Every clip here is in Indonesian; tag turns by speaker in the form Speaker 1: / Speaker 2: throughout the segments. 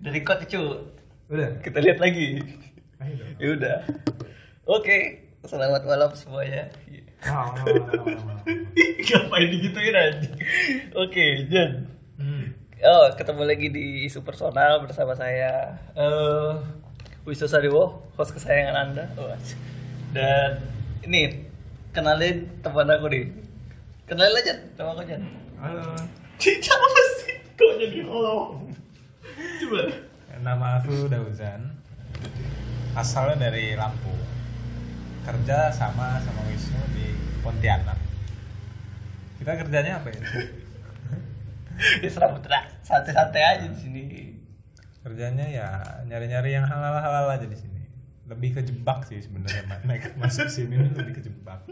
Speaker 1: Udah record ya, cu.
Speaker 2: Udah.
Speaker 1: Kita lihat lagi.
Speaker 2: Ayo dong.
Speaker 1: Ya udah. Oke, selamat malam semuanya.
Speaker 2: Wow, wow, wow, wow, wow.
Speaker 1: Ngapain digituin aja. Oke, Jan.
Speaker 2: Hmm.
Speaker 1: Oh, ketemu lagi di isu personal bersama saya. Eh, Wisnu Sariwo, host kesayangan Anda. Oh, asik. Dan ini kenalin teman aku nih. Kenalin aja teman aku, Jan.
Speaker 2: Halo.
Speaker 1: Cinta apa sih? Kok jadi halo? Coba.
Speaker 2: Nama aku Dauzan. Asalnya dari Lampung. Kerja sama sama Wisnu di Pontianak. Kita kerjanya apa ya?
Speaker 1: Ya serabut lah. Santai-santai aja di sini.
Speaker 2: kerjanya ya nyari-nyari yang halal-halal aja di sini. Lebih kejebak sih sebenarnya Ma- naik masuk sini ini lebih kejebak.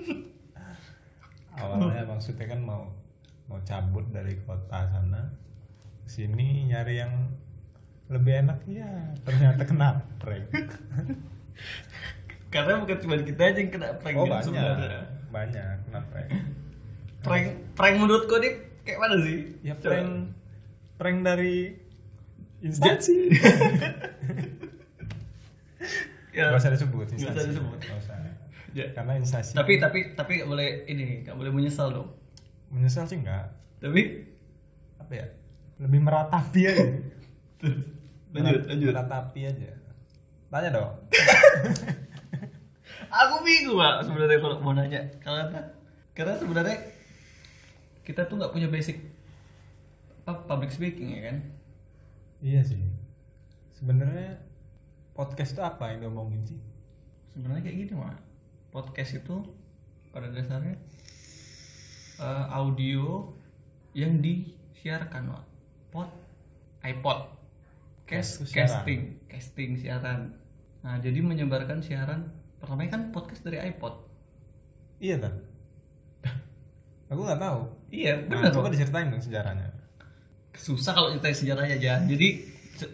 Speaker 2: Awalnya maksudnya kan mau mau cabut dari kota sana ke sini nyari yang lebih enak ya ternyata kena prank.
Speaker 1: Karena bukan cuma kita aja yang kena prank
Speaker 2: Oh
Speaker 1: kan
Speaker 2: banyak
Speaker 1: sebenarnya.
Speaker 2: banyak kena prank.
Speaker 1: Prank prank menurutku nih kayak mana sih?
Speaker 2: Ya
Speaker 1: Coba.
Speaker 2: prank prank dari instansi.
Speaker 1: Ya.
Speaker 2: Gak usah disebut
Speaker 1: Nggak usah
Speaker 2: instansi.
Speaker 1: disebut.
Speaker 2: Nggak usah.
Speaker 1: Ya.
Speaker 2: Karena instansi.
Speaker 1: Tapi tapi tapi nggak boleh ini, nggak boleh menyesal dong.
Speaker 2: menyesal sih enggak.
Speaker 1: Tapi
Speaker 2: apa ya lebih ya. meratapi aja
Speaker 1: lanjut
Speaker 2: Merat-
Speaker 1: lanjut.
Speaker 2: meratapi aja tanya dong
Speaker 1: Aku bingung pak sebenarnya kalau mau nanya karena karena sebenarnya kita tuh nggak punya basic apa public speaking ya kan?
Speaker 2: iya sih sebenarnya podcast itu apa yang diomongin sih
Speaker 1: Sebenarnya kayak gini pak. Podcast itu pada dasarnya eh, audio yang disiarkan pak. Pod, iPod, Cas-
Speaker 2: Itu siaran.
Speaker 1: casting, casting siaran. Nah jadi menyebarkan siaran pertama kan podcast dari iPod.
Speaker 2: iya kan aku nggak tahu
Speaker 1: Iya
Speaker 2: Nah,
Speaker 1: benar.
Speaker 2: coba
Speaker 1: Pak.
Speaker 2: diceritain dong sejarahnya
Speaker 1: susah kalau cerita sejarahnya aja jadi se-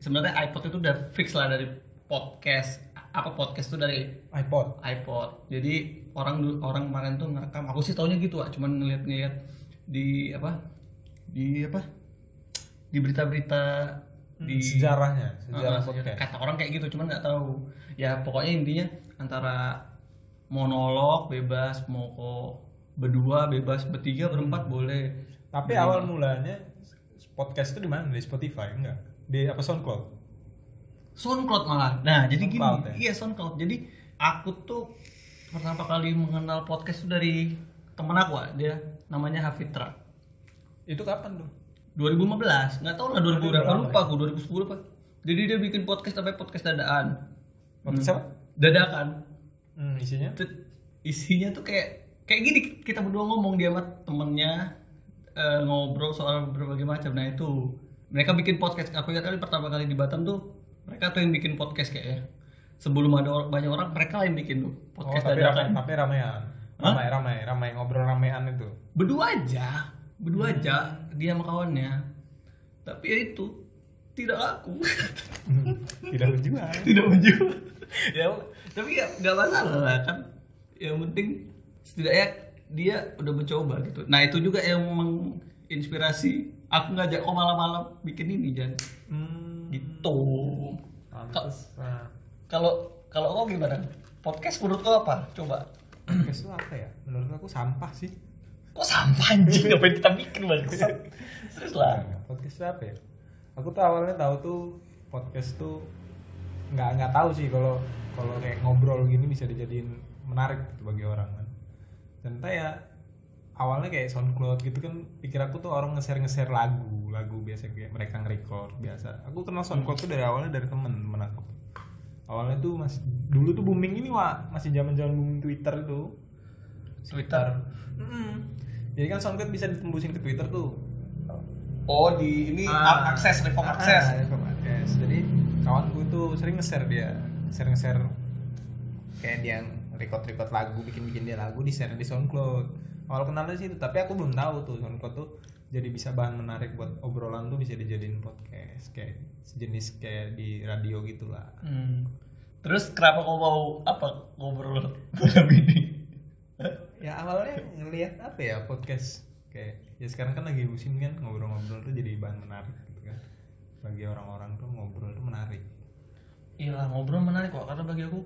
Speaker 1: sebenarnya iPod itu udah fix lah dari podcast apa podcast itu dari
Speaker 2: iPod
Speaker 1: iPod jadi orang dulu- orang kemarin tuh ngerekam aku sih taunya gitu ah cuman ngeliat-ngeliat di apa di apa di berita-berita di
Speaker 2: sejarahnya Hmm, sejarah
Speaker 1: Ah,
Speaker 2: podcast
Speaker 1: kata orang kayak gitu cuman nggak tahu ya pokoknya intinya antara monolog bebas mau kok berdua bebas bertiga
Speaker 2: Hmm.
Speaker 1: berempat boleh
Speaker 2: tapi awal mulanya podcast itu di mana di Spotify enggak di apa SoundCloud
Speaker 1: SoundCloud malah. Nah, jadi gini,
Speaker 2: SoundCloud ya?
Speaker 1: iya SoundCloud. Jadi aku tuh pertama kali mengenal podcast tuh dari temen aku, ah. dia namanya Hafitra.
Speaker 2: itu kapan tuh
Speaker 1: 2015, nggak tahu lah 2000 berapa,
Speaker 2: Berapa
Speaker 1: lupa aku 2010 apa. Jadi dia bikin podcast sampai podcast dadaan. Hmm.
Speaker 2: waktu siapa
Speaker 1: Dadakan.
Speaker 2: hmm, isinya
Speaker 1: Itu isinya tuh kayak kayak gini kita berdua ngomong dia sama temennya eh, ngobrol soal berbagai macam. Nah, itu mereka bikin podcast. Aku ingat kali pertama kali di Batam tuh mereka tuh yang bikin podcast kayaknya. Sebelum ada or- banyak orang, mereka lah yang bikin tuh
Speaker 2: Oh,
Speaker 1: podcast
Speaker 2: tapi ramai,
Speaker 1: dadakan.
Speaker 2: tapi ramean.
Speaker 1: Hah?
Speaker 2: Ramai, ramai, ramai ngobrol ramean itu.
Speaker 1: Berdua aja,
Speaker 2: Hmm.
Speaker 1: berdua aja dia sama kawannya. Tapi ya itu tidak laku.
Speaker 2: Tidak menjual.
Speaker 1: tidak menjual ya tapi ya nggak masalah lah kan yang penting setidaknya dia udah mencoba gitu nah itu juga yang menginspirasi aku ngajak kok malam-malam bikin ini Jan
Speaker 2: Hmm. Nah,
Speaker 1: gitu kalau kalau kau gimana podcast menurut kau apa coba
Speaker 2: Podcast itu apa ya? Menurut aku sampah sih.
Speaker 1: kok sampah anjing ngapain kita bikin bangsat terus lah
Speaker 2: Enggak, Podcast itu apa ya? Aku tuh awalnya tahu tuh podcast tuh nggak nggak tahu sih kalau kalau kayak ngobrol gini bisa dijadiin menarik gitu bagi orang kan. Ternyata ya awalnya kayak SoundCloud gitu kan pikir aku tuh orang nge-share nge-share lagu lagu biasa kayak mereka nge-record biasa aku kenal SoundCloud tuh dari awalnya dari temen temen aku awalnya tuh mas dulu tuh booming ini wa masih zaman zaman booming Twitter tuh
Speaker 1: Twitter
Speaker 2: jadi kan SoundCloud bisa ditembusin ke Twitter tuh
Speaker 1: oh di ini
Speaker 2: Ah.
Speaker 1: akses reform
Speaker 2: Ah,
Speaker 1: akses
Speaker 2: reform akses jadi kawanku tuh sering nge-share dia share nge-share kayak dia record record lagu bikin bikin dia lagu di share di SoundCloud awal kenalnya sih itu tapi aku belum tahu tuh SoundCloud tuh jadi bisa bahan menarik buat obrolan tuh bisa dijadiin podcast kayak sejenis kayak di radio gitulah
Speaker 1: Hmm. terus kenapa kau mau apa ngobrol malam ini
Speaker 2: ya awalnya ngelihat apa ya podcast kayak ya sekarang kan lagi musim kan ngobrol-ngobrol tuh jadi bahan menarik gitu kan bagi orang-orang tuh ngobrol tuh menarik
Speaker 1: Iya lah, ngobrol menarik kok karena bagi aku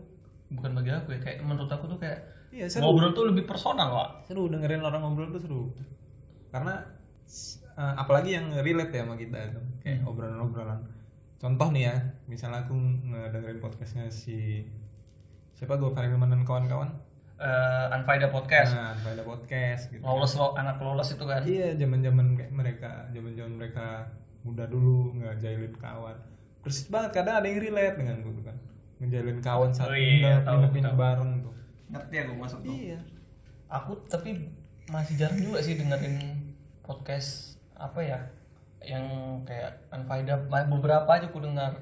Speaker 1: bukan bagi aku ya kayak menurut aku tuh kayak
Speaker 2: iya
Speaker 1: ngobrol tuh lebih personal kok.
Speaker 2: seru dengerin orang ngobrol tuh seru karena s- eh, apalagi yang relate ya sama kita itu kayak
Speaker 1: Hmm.
Speaker 2: obrolan-obrolan contoh nih ya misalnya aku ngedengerin podcastnya si siapa gue Fahri Hilman dan kawan-kawan
Speaker 1: Eh, Unfaida podcast,
Speaker 2: nah ada podcast gitu
Speaker 1: lolos lo anak lolos itu kan.
Speaker 2: iya zaman-zaman kayak mereka zaman-zaman mereka muda dulu ngejailin kawan persis banget kadang ada yang relate dengan gue tuh kan ngejailin kawan satu
Speaker 1: Oh iya, tahu,
Speaker 2: nginep nginep
Speaker 1: tahu.
Speaker 2: bareng tuh
Speaker 1: Ngerti aku masuk
Speaker 2: iya
Speaker 1: Aku tapi masih jarang juga sih dengerin podcast apa ya yang kayak Unfaida beberapa aja aku dengar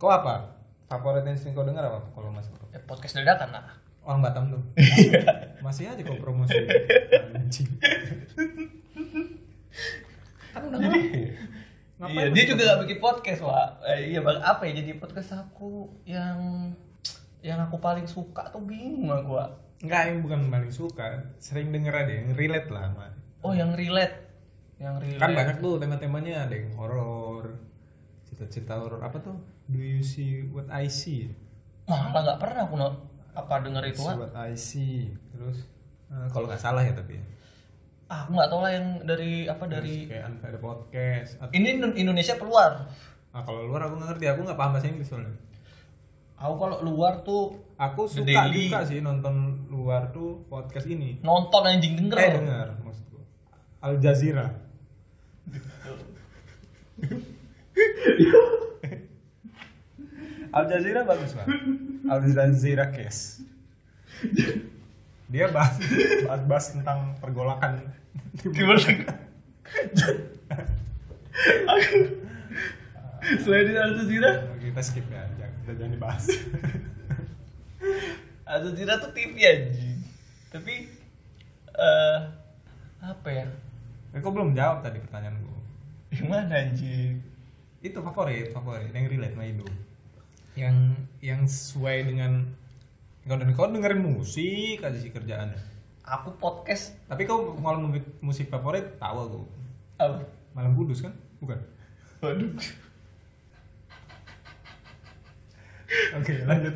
Speaker 2: kau apa favoritnya yang sering kau dengar apa kalau masuk
Speaker 1: Eh, podcast dadakan lah.
Speaker 2: orang Batam tuh
Speaker 1: Iya.
Speaker 2: masih aja kok promosi anjing
Speaker 1: Kan udah ngapain? Iya, dia juga gak bikin podcast, Wak. Eh, iya, Bang. Apa ya jadi podcast aku yang yang aku paling suka tuh bingung aku, Wak.
Speaker 2: nggak yang bukan paling suka sering denger aja yang relate lah sama
Speaker 1: Oh, yang relate. Yang relate.
Speaker 2: kan banyak tuh tema-temanya ada yang horor cerita-cerita horor apa tuh do you see what I see
Speaker 1: Malah gak pernah aku no, apa denger itu,
Speaker 2: see
Speaker 1: Wak.
Speaker 2: what I see terus eh, kalau nggak salah ya tapi ya.
Speaker 1: Ah, aku gak tau lah yang dari apa dari
Speaker 2: kayak Unfair ada podcast At-
Speaker 1: ini Indo- Indonesia keluar.
Speaker 2: nah, kalau luar aku nggak ngerti aku nggak paham bahasa Inggris soalnya
Speaker 1: Aku kalau luar tuh
Speaker 2: aku
Speaker 1: The
Speaker 2: suka
Speaker 1: Daily.
Speaker 2: juga sih nonton luar tuh podcast ini
Speaker 1: nonton anjing denger.
Speaker 2: Eh
Speaker 1: loh.
Speaker 2: dengar maksud gua. Al Jazeera. Al Jazeera bagus banget. Al Jazeera case. Dia bahas, bahas, bahas tentang pergolakan.
Speaker 1: Gimana? Aku- Selain itu Al Jazeera,
Speaker 2: Kita skip ya, jangan, kita jangan dibahas.
Speaker 1: Al Jazeera tuh TV anjing. Tapi eh apa ya?
Speaker 2: Eh, Kok belum jawab tadi pertanyaan gua?
Speaker 1: Yang mana anjing?
Speaker 2: Itu favorit, favorit yang relate sama hidup. Yang yang sesuai dengan kau kau dengerin musik aja sih kerjaannya.
Speaker 1: Aku podcast
Speaker 2: Tapi kau kalau musik, musik favorit tahu aku.
Speaker 1: apa?
Speaker 2: Malam Kudus kan? Bukan.
Speaker 1: Waduh.
Speaker 2: Oke, lanjut.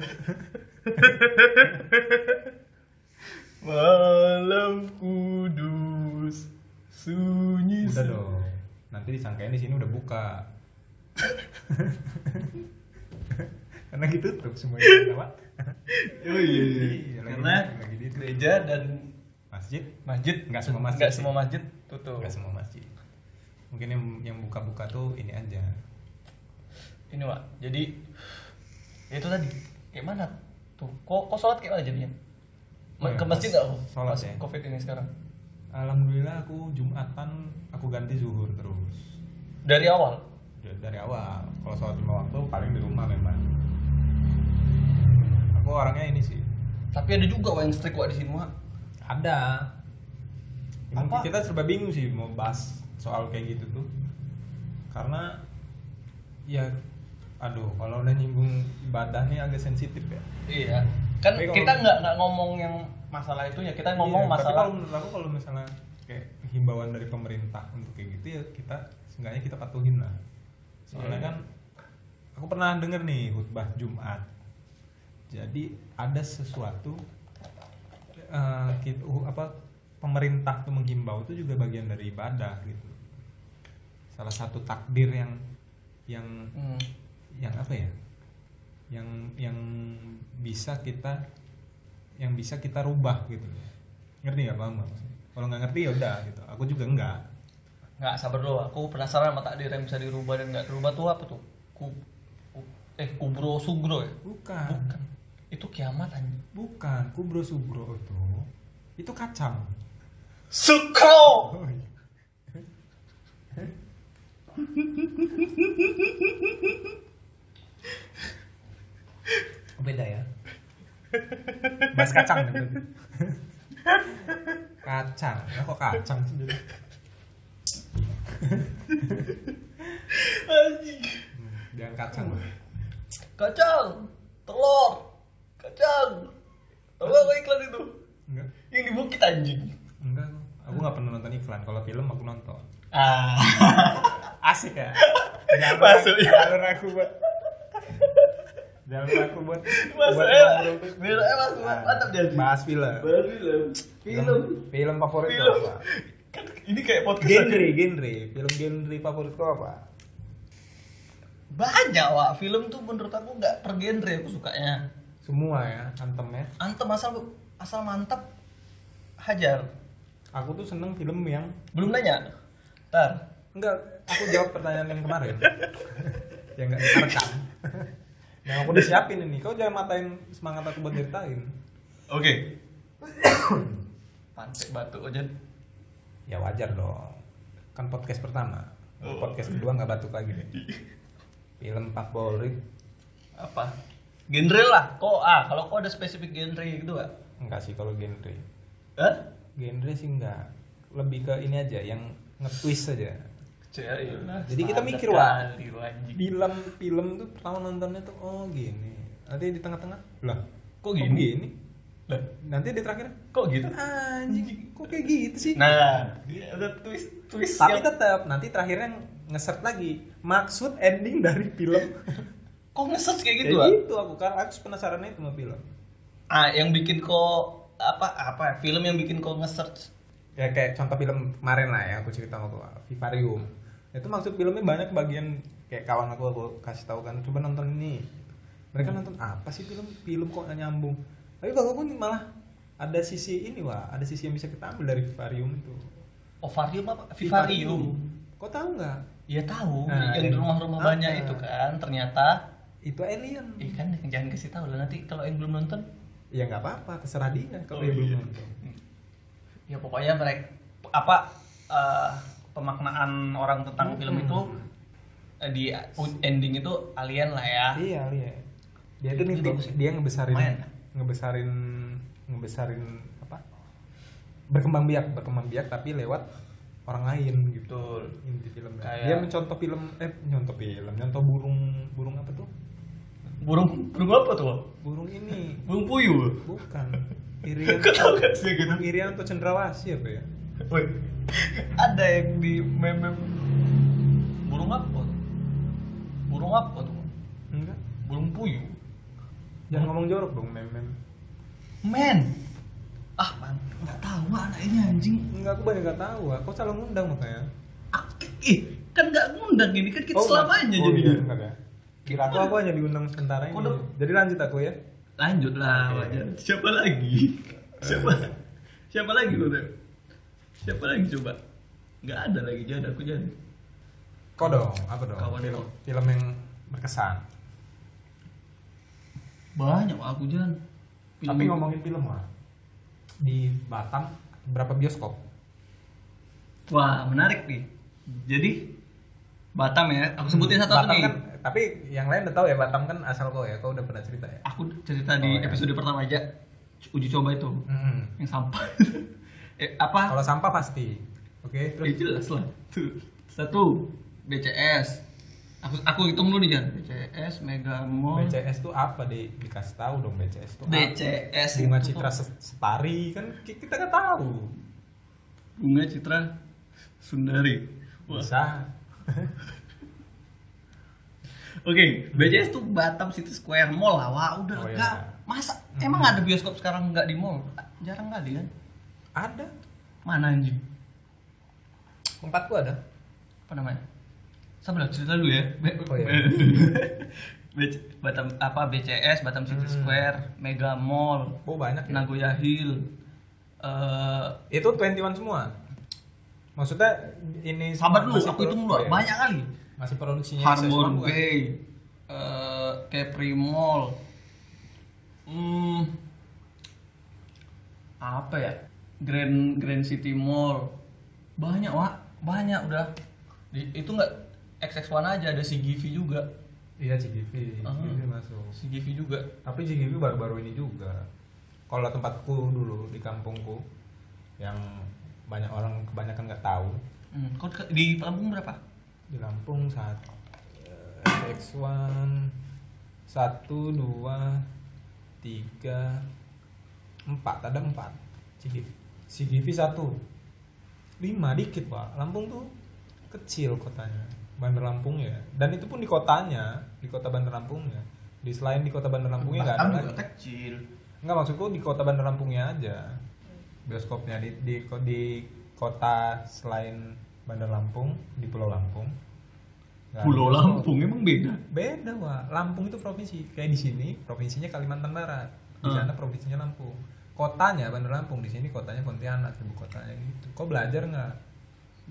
Speaker 1: Malam kudus sunyi
Speaker 2: Udah
Speaker 1: sunyi.
Speaker 2: dong. Nanti disangkain di sini udah buka. Karena ditutup semuanya kenapa?
Speaker 1: Oh iya, iya.
Speaker 2: Iya, lagi-
Speaker 1: Karena
Speaker 2: lagi di-
Speaker 1: gereja dan
Speaker 2: Masjid?
Speaker 1: masjid
Speaker 2: Nggak semua masjid
Speaker 1: nggak
Speaker 2: sih.
Speaker 1: semua masjid tutup.
Speaker 2: Enggak semua masjid. Mungkin yang yang buka-buka tuh ini aja.
Speaker 1: Ini Wak, jadi ya itu tadi kayak mana tuh? Kok, kok sholat kayak mana jadinya?
Speaker 2: Oh iya,
Speaker 1: ke masjid
Speaker 2: pas
Speaker 1: nggak kok?
Speaker 2: sholat ya.
Speaker 1: covid ini sekarang.
Speaker 2: Alhamdulillah aku Jumatan aku ganti zuhur terus.
Speaker 1: Dari awal
Speaker 2: Da- dari awal kalau sholat lima waktu paling di rumah memang aku orangnya ini sih
Speaker 1: Tapi ada juga wah yang strict wah di sini wah.
Speaker 2: ada Emang
Speaker 1: Apa?
Speaker 2: kita serba bingung sih mau bahas soal kayak gitu tuh karena ya aduh kalau udah nyinggung ibadah nih agak sensitif ya
Speaker 1: Iya. Kan
Speaker 2: Tapi kalau-
Speaker 1: kita nggak nggak ngomong yang masalah itunya, kita ngomong
Speaker 2: Iya, tapi
Speaker 1: masalah
Speaker 2: kalau menurut aku kalau misalnya kayak himbauan dari pemerintah untuk kayak gitu ya kita seenggaknya kita patuhin lah soalnya
Speaker 1: Iya.
Speaker 2: kan aku pernah denger nih khutbah Jumat jadi ada sesuatu eh, kita, uh, apa pemerintah tuh menghimbau itu juga bagian dari ibadah gitu salah satu takdir yang yang
Speaker 1: Hmm.
Speaker 2: yang apa ya yang yang bisa kita yang bisa kita rubah gitu ngerti nggak paham nggak maksudnya? kalau nggak ngerti ya udah gitu aku juga enggak
Speaker 1: nggak sabar dulu. Aku penasaran sama takdir yang bisa dirubah dan nggak dirubah tuh apa tuh? Ku, ku- eh kubro sugro ya?
Speaker 2: bukan
Speaker 1: Bukan. Itu kiamat anjing.
Speaker 2: bukan kubro subro itu itu kacang
Speaker 1: Sukro.
Speaker 2: oh, iya. beda ya bahas kacang kan berarti? kacang Nah, kok kacang sih jadi
Speaker 1: Anjing.
Speaker 2: Hmm, jangan kacang
Speaker 1: Kacang, telur, kacang. Tahu nggak iklan itu?
Speaker 2: enggak
Speaker 1: Yang di bukit anjing.
Speaker 2: enggak aku nggak pernah nonton iklan kalau film aku nonton
Speaker 1: Ah.
Speaker 2: Asik ya.
Speaker 1: Masuk ya.
Speaker 2: Jalur aku buat. Jalur aku buat.
Speaker 1: Masuk
Speaker 2: buat
Speaker 1: ya.
Speaker 2: ngobrol tuh.
Speaker 1: Biar eh, masuk
Speaker 2: Nah,
Speaker 1: mantap dia.
Speaker 2: Bahas film.
Speaker 1: Baru film. Film.
Speaker 2: Film favorit lo
Speaker 1: Film.
Speaker 2: apa?
Speaker 1: Kan ini kayak podcast
Speaker 2: Genre, genre. Film genre favorit lo apa?
Speaker 1: Banyak, Wak. Film tuh menurut aku nggak per genre aku sukanya.
Speaker 2: Semua ya, antemnya.
Speaker 1: Antem asal asal mantap hajar.
Speaker 2: Aku tuh seneng film yang
Speaker 1: Belum nanya. Ntar.
Speaker 2: enggak. Aku jawab pertanyaan yang kemarin. yang enggak direkam. Yang aku udah siapin ini. Kau jangan matain semangat aku buat ceritain.
Speaker 1: Oke. Pantek batu aja.
Speaker 2: Ya wajar dong. Kan podcast pertama.
Speaker 1: Oh.
Speaker 2: Podcast kedua nggak batuk lagi deh. Film favorit
Speaker 1: Apa? Genre lah. Kok ah, kalau kok ada spesifik genre gitu, Wak?
Speaker 2: enggak sih kalau genre.
Speaker 1: Hah?
Speaker 2: Genre sih enggak. Lebih ke ini aja yang nge-twist aja.
Speaker 1: Cailah.
Speaker 2: Jadi kita mikir,
Speaker 1: Standar
Speaker 2: Wak.
Speaker 1: kali, Wak, anjing.
Speaker 2: Film film tuh pertama nontonnya tuh oh gini. Nanti di tengah-tengah lah
Speaker 1: Kok gini? Lah,
Speaker 2: Nanti di terakhir
Speaker 1: kok gitu?
Speaker 2: anjing kok kayak gitu sih?
Speaker 1: Nah, ada twist twist
Speaker 2: Tapi
Speaker 1: yang-
Speaker 2: tetap nanti terakhirnya nge-search lagi maksud ending dari film.
Speaker 1: kok nge-search kayak
Speaker 2: Kayak
Speaker 1: gitu, Wak?
Speaker 2: gitu aku kan aku penasaran itu sama film.
Speaker 1: Ah, yang bikin kok apa apa ya, film yang bikin kok nge-search
Speaker 2: ya kayak contoh film kemarin lah ya aku cerita sama aku Vivarium itu maksud filmnya banyak bagian kayak kawan aku aku kasih tahu kan coba nonton ini mereka
Speaker 1: Hmm.
Speaker 2: nonton apa sih film film kok nggak nyambung tapi kalau aku nih malah ada sisi ini wah ada sisi yang bisa kita ambil dari Vivarium itu
Speaker 1: ovarium apa vivarium
Speaker 2: kok tahu nggak
Speaker 1: ya tahu yang
Speaker 2: Nah, yang-
Speaker 1: di rumah-rumah
Speaker 2: Ah,
Speaker 1: banyak
Speaker 2: ah.
Speaker 1: itu kan ternyata
Speaker 2: itu alien
Speaker 1: eh kan jangan kasih tahu lah nanti kalau yang belum nonton
Speaker 2: ya nggak apa-apa terserah dia
Speaker 1: Oh,
Speaker 2: kalau dia
Speaker 1: iya.
Speaker 2: belum nonton
Speaker 1: ya pokoknya mereka apa eh, pemaknaan orang tentang film itu eh, di ending itu alien lah ya
Speaker 2: iya alien dia tuh
Speaker 1: Itu
Speaker 2: nih
Speaker 1: bagus sih.
Speaker 2: dia ngebesarin
Speaker 1: Lumayan.
Speaker 2: ngebesarin ngebesarin apa berkembang biak berkembang biak tapi lewat orang lain gitu
Speaker 1: betul
Speaker 2: inti filmnya
Speaker 1: Kayak-
Speaker 2: dia mencontoh film eh nyontoh film nyontoh burung burung apa tuh
Speaker 1: burung burung apa tuh
Speaker 2: burung ini
Speaker 1: burung puyuh
Speaker 2: bukan irian
Speaker 1: Kau tahu gak sih gitu?
Speaker 2: burung irian atau cendrawasih apa ya
Speaker 1: Woi, ada yang di meme burung apa? tuh? Burung apa tuh?
Speaker 2: enggak
Speaker 1: Burung puyuh.
Speaker 2: jangan ngomong jorok dong mem mem
Speaker 1: Men. Ah, man, nggak tahu mah anak ini anjing.
Speaker 2: enggak aku banyak nggak tahu aku selalu ngundang makanya
Speaker 1: Ah, ih, kan nggak ngundang ini kan kita selamanya
Speaker 2: oh,
Speaker 1: jadi.
Speaker 2: iya, bentar ya. Kira aku aku hanya diundang sementara ini.
Speaker 1: Kodok.
Speaker 2: Jadi lanjut aku ya.
Speaker 1: Lanjut lah,
Speaker 2: Oke.
Speaker 1: wajar. Siapa lagi? Siapa? siapa lagi lu? Rep? Siapa lagi coba? Nggak ada lagi jadi aku jadi.
Speaker 2: Kau dong, apa dong?
Speaker 1: Kawan
Speaker 2: film,
Speaker 1: dong.
Speaker 2: film yang berkesan.
Speaker 1: Banyak Wak, aku jalan.
Speaker 2: Tapi ngomongin film lah. Di Batam berapa bioskop?
Speaker 1: Wah, menarik nih. Jadi Batam ya, aku sebutin satu satu
Speaker 2: Batam
Speaker 1: nih.
Speaker 2: kan, tapi yang lain udah tahu ya Batam kan asal kau ya, kau udah pernah cerita ya.
Speaker 1: Aku cerita di
Speaker 2: Oh, ya.
Speaker 1: episode pertama aja uji coba itu
Speaker 2: Mm-mm.
Speaker 1: yang sampah. eh, apa?
Speaker 2: Kalau sampah pasti.
Speaker 1: Eh,
Speaker 2: Oke, terus
Speaker 1: jelas lah. Tuh. Satu BCS. Aku aku hitung dulu nih Jan. BCS, Mega Mall.
Speaker 2: BCS tuh apa deh? Dikasih tahu dong BCS tuh. apa?
Speaker 1: BCS
Speaker 2: Bunga
Speaker 1: itu
Speaker 2: Citra
Speaker 1: tuh
Speaker 2: Se- Setari kan ki- kita nggak tahu.
Speaker 1: Bunga Citra Sundari. Wah.
Speaker 2: Bisa.
Speaker 1: Oke, BCS tuh Batam City Square Mall lah. Wah, udah
Speaker 2: Oh, iya. Hmm.
Speaker 1: enggak. Masa emang ada bioskop sekarang nggak di mall? Jarang kali kan.
Speaker 2: Ada.
Speaker 1: Mana anjing?
Speaker 2: Tempatku ada.
Speaker 1: Apa namanya? Sabar lah, cerita dulu ya. Be-
Speaker 2: Oh, iya.
Speaker 1: Be- Batam apa BCS, Batam City
Speaker 2: Hmm.
Speaker 1: Square, Mega Mall,
Speaker 2: Oh banyak. ya?
Speaker 1: Nagoya Hill. Eh,
Speaker 2: Itu 21 semua. Maksudnya ini
Speaker 1: sabar dulu,
Speaker 2: masih
Speaker 1: aku hitung dulu.
Speaker 2: produ- ya?
Speaker 1: Banyak kali.
Speaker 2: Masih
Speaker 3: Iya,
Speaker 2: produksinya
Speaker 1: Harbor
Speaker 2: Indonesia semua bukan?
Speaker 1: Bay, eh Capri Mall. Hmm, apa ya? Grand Grand City Mall. Banyak, Wak. Banyak udah. Di- itu enggak XX1 aja ada CGV juga.
Speaker 2: Iya CGV,
Speaker 1: Ah.
Speaker 2: CGV masuk.
Speaker 1: CGV juga.
Speaker 2: Tapi CGV baru-baru ini juga. Kalau tempatku dulu di kampungku yang banyak orang kebanyakan nggak tahu
Speaker 1: Hmm, kau ke- di Lampung berapa?
Speaker 2: di Lampung saat eh, X1 satu dua tiga empat ada empat CGV CGV satu lima dikit pak Lampung tuh kecil kotanya Bandar Lampung ya dan itu pun di kotanya di kota Bandar Lampungnya di selain di kota Bandar Lampungnya nggak ada
Speaker 3: Batam juga
Speaker 2: lagi
Speaker 3: kecil
Speaker 2: nggak maksudku di kota Bandar Lampungnya aja bioskopnya di di ko- di kota selain Bandar Lampung di Pulau Lampung nggak ada
Speaker 1: Pulau
Speaker 2: bioskop.
Speaker 1: Lampung emang beda.
Speaker 2: Beda, Wak. Lampung itu provinsi. Kayak di sini, provinsinya Kalimantan Barat. Di
Speaker 1: Hmm.
Speaker 2: sana provinsinya Lampung. Kotanya Bandar Lampung, di sini kotanya Pontianak, ibu kotanya gitu. Kok belajar nggak?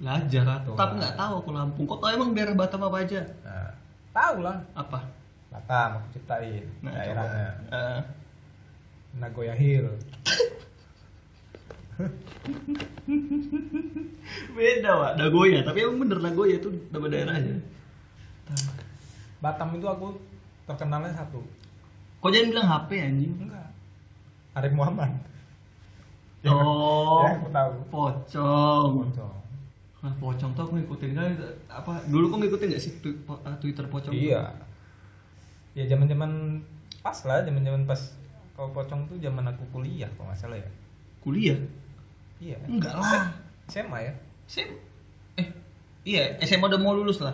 Speaker 1: Belajar atau
Speaker 2: Tuh.
Speaker 1: tapi nggak tahu aku Lampung. Kok tahu emang daerah Batam apa aja?
Speaker 2: Nah, tahu lah.
Speaker 1: Apa?
Speaker 2: Batam aku ciptain
Speaker 1: Nah,
Speaker 2: daerahnya.
Speaker 1: coba. Eh,
Speaker 2: Nagoya Hill.
Speaker 1: beda, Wak. Nagoya, tapi emang bener Nagoya itu nama daerahnya.
Speaker 2: Batam itu aku terkenalnya satu.
Speaker 1: Kok jangan bilang HP anjing?
Speaker 2: Enggak. Arif Muhammad.
Speaker 1: Oh,
Speaker 2: Ya, aku tahu.
Speaker 1: pocong.
Speaker 2: Pocong.
Speaker 1: Nah, pocong tuh aku ngikutin kan apa dulu kok ngikutin nggak sih tu- po- eh, Twitter pocong?
Speaker 2: Iya. Ya zaman-zaman pas lah, zaman-zaman pas kalau pocong tuh zaman aku kuliah kalau nggak salah ya.
Speaker 1: Kuliah?
Speaker 2: Iya.
Speaker 1: Enggak lah.
Speaker 2: SMA ya?
Speaker 1: Sim. Eh, iya, SMA udah mau lulus lah.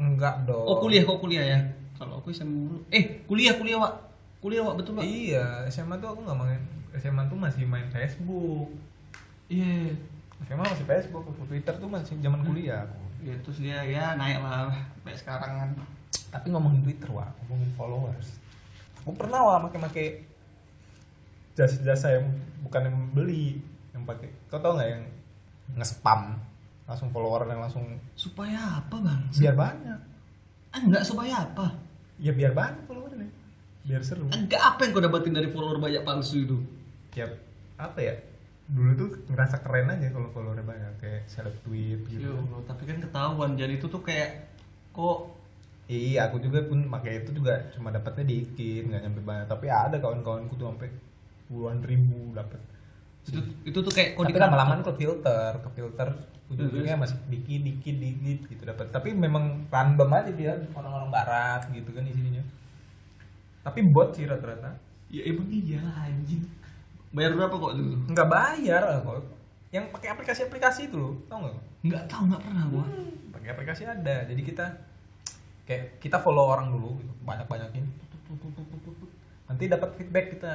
Speaker 2: Enggak dong.
Speaker 1: Oh, kuliah kok kuliah ya? Kalau aku SMA mulu. Eh, kuliah kuliah Wak. Kuliah Wak betul Wak.
Speaker 2: Iya, SMA tuh aku nggak main SMA tuh masih main Facebook.
Speaker 1: Iya.
Speaker 2: SMA masih Facebook, aku Twitter tuh masih zaman kuliah aku.
Speaker 1: Ya terus dia ya naik lah kayak sekarang kan.
Speaker 2: Tapi ngomongin Twitter, wah, ngomongin followers. Aku pernah wah make-make jasa-jasa yang bukan yang beli, yang pakai. Kau tau nggak yang nge-spam langsung follower yang langsung
Speaker 1: Supaya apa, Bang?
Speaker 2: biar banyak.
Speaker 1: Ah, enggak supaya apa?
Speaker 2: Ya biar banyak followernya. Biar seru.
Speaker 1: Enggak apa yang kau dapetin dari follower banyak palsu itu?
Speaker 2: ya apa ya dulu tuh ngerasa keren aja kalau followernya banyak kayak seleb tweet
Speaker 1: Ya
Speaker 2: gitu
Speaker 1: Allah, tapi kan ketahuan jadi itu tuh kayak kok
Speaker 2: iya aku juga pun pakai itu juga cuma dapatnya dikit nggak nyampe banyak tapi ada kawan-kawanku tuh sampai puluhan ribu dapat
Speaker 1: itu itu tuh kayak kok
Speaker 2: tapi
Speaker 1: dikata-
Speaker 2: lama-lama ke filter ke filter ujung-ujungnya masih dikit dikit dikit gitu dapat tapi memang random aja dia orang-orang barat gitu kan isinya tapi bot sih rata-rata
Speaker 1: Ya emang iyalah anjing. Bayar berapa kok dulu?
Speaker 2: nggak bayar eh, kok yang pakai aplikasi-aplikasi itu loh tau nggak
Speaker 1: Enggak tahu enggak pernah gua.
Speaker 2: pakai aplikasi ada jadi kita kayak kita follow orang dulu gitu banyak banyakin nanti dapat feedback kita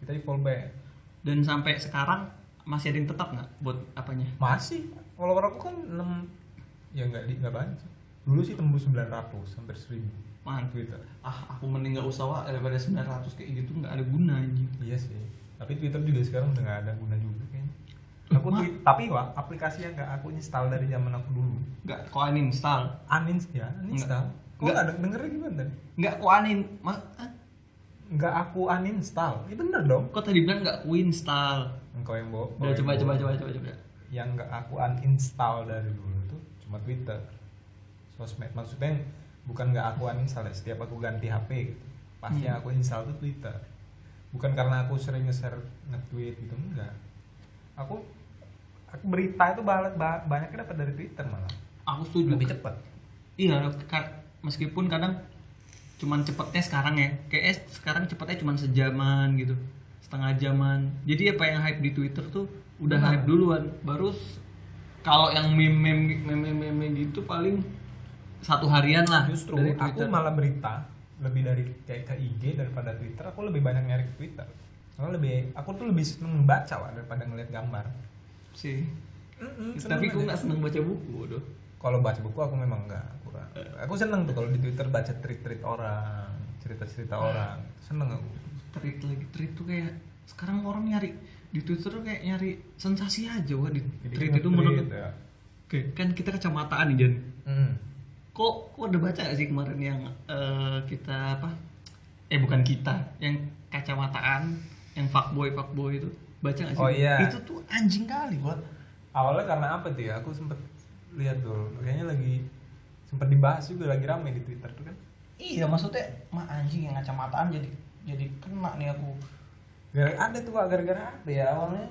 Speaker 2: kita di follow back
Speaker 1: Dan sampai sekarang masih ada yang tetap nggak buat apanya?
Speaker 2: masih follower aku kan 6 ya nggak di- nggak banyak sih. dulu sih tembus 900 hampir 1000
Speaker 1: Mantap.
Speaker 2: Twitter
Speaker 1: Ah, aku mending nggak usah wak daripada 900 kayak gitu nggak ada guna anjing.
Speaker 2: iya sih tapi Twitter juga sekarang udah nggak ada guna juga kayaknya aku
Speaker 1: Ma-
Speaker 2: tweet, tapi wah aplikasi yang nggak aku install dari zaman aku dulu
Speaker 1: Nggak kau uninstall.
Speaker 2: uninstall ya uninstall kok
Speaker 1: Nggak.
Speaker 2: nggak ada dengernya gimana
Speaker 1: Nggak kau unin. Ma ah,
Speaker 2: nggak aku uninstall ya bener dong
Speaker 1: kau tadi bilang nggak ku install.
Speaker 2: engkau yang bawa
Speaker 1: Udah
Speaker 2: bawa
Speaker 1: Ya, coba
Speaker 2: yang
Speaker 1: coba
Speaker 2: bawa.
Speaker 1: coba coba coba.
Speaker 2: yang nggak aku uninstall dari dulu tuh cuma Twitter sosmed maksudnya bukan nggak aku uninstall ya, setiap aku ganti HP gitu pasti
Speaker 1: Iya.
Speaker 2: yang aku install tuh Twitter bukan karena aku sering nge-share nge-tweet gitu enggak aku aku berita itu banyak banyaknya dapat dari Twitter malah
Speaker 1: Aku setuju.
Speaker 2: lebih cepat
Speaker 1: Iya, ka- meskipun kadang cuman cepetnya sekarang ya. Kayaknya sekarang cepetnya cuman sejaman gitu. Setengah jaman. Jadi apa yang hype di Twitter tuh udah
Speaker 2: Benar.
Speaker 1: hype duluan. Baru s- kalau yang meme-meme meme-meme gitu paling satu harian lah
Speaker 2: justru
Speaker 1: dari
Speaker 2: aku
Speaker 1: Twitter.
Speaker 2: malah berita lebih dari kayak ke IG daripada Twitter aku lebih banyak nyari ke Twitter karena lebih aku tuh lebih seneng baca lah daripada ngeliat gambar
Speaker 1: sih.
Speaker 2: Mm-mm, seneng
Speaker 1: Tapi aku
Speaker 2: aja.
Speaker 1: nggak seneng baca buku, doh.
Speaker 2: kalau baca buku aku memang enggak kurang aku seneng tuh kalau di twitter baca tweet tweet orang cerita cerita orang seneng aku
Speaker 1: Tweet lagi tweet tuh kayak sekarang orang nyari di Twitter tuh kayak nyari sensasi aja wah di
Speaker 2: Jadi
Speaker 1: tweet itu
Speaker 2: nge-tweet,
Speaker 1: menurut
Speaker 2: ya.
Speaker 1: Oke, kan kita kecamataan nih Jan.
Speaker 2: Mm.
Speaker 1: Kok, kok udah baca gak sih kemarin yang eh, kita apa? Eh bukan kita, yang kacamataan, yang fuckboy fuckboy itu baca gak sih?
Speaker 2: Oh, iya.
Speaker 1: Itu tuh anjing kali, buat
Speaker 2: awalnya karena apa tuh ya aku sempet lihat tuh kayaknya lagi sempet dibahas juga lagi rame di twitter tuh kan
Speaker 1: Iya maksudnya, mah anjing yang kacamataan jadi jadi kena nih aku.
Speaker 2: gara ada tuh Kak, gara-gara apa ya awalnya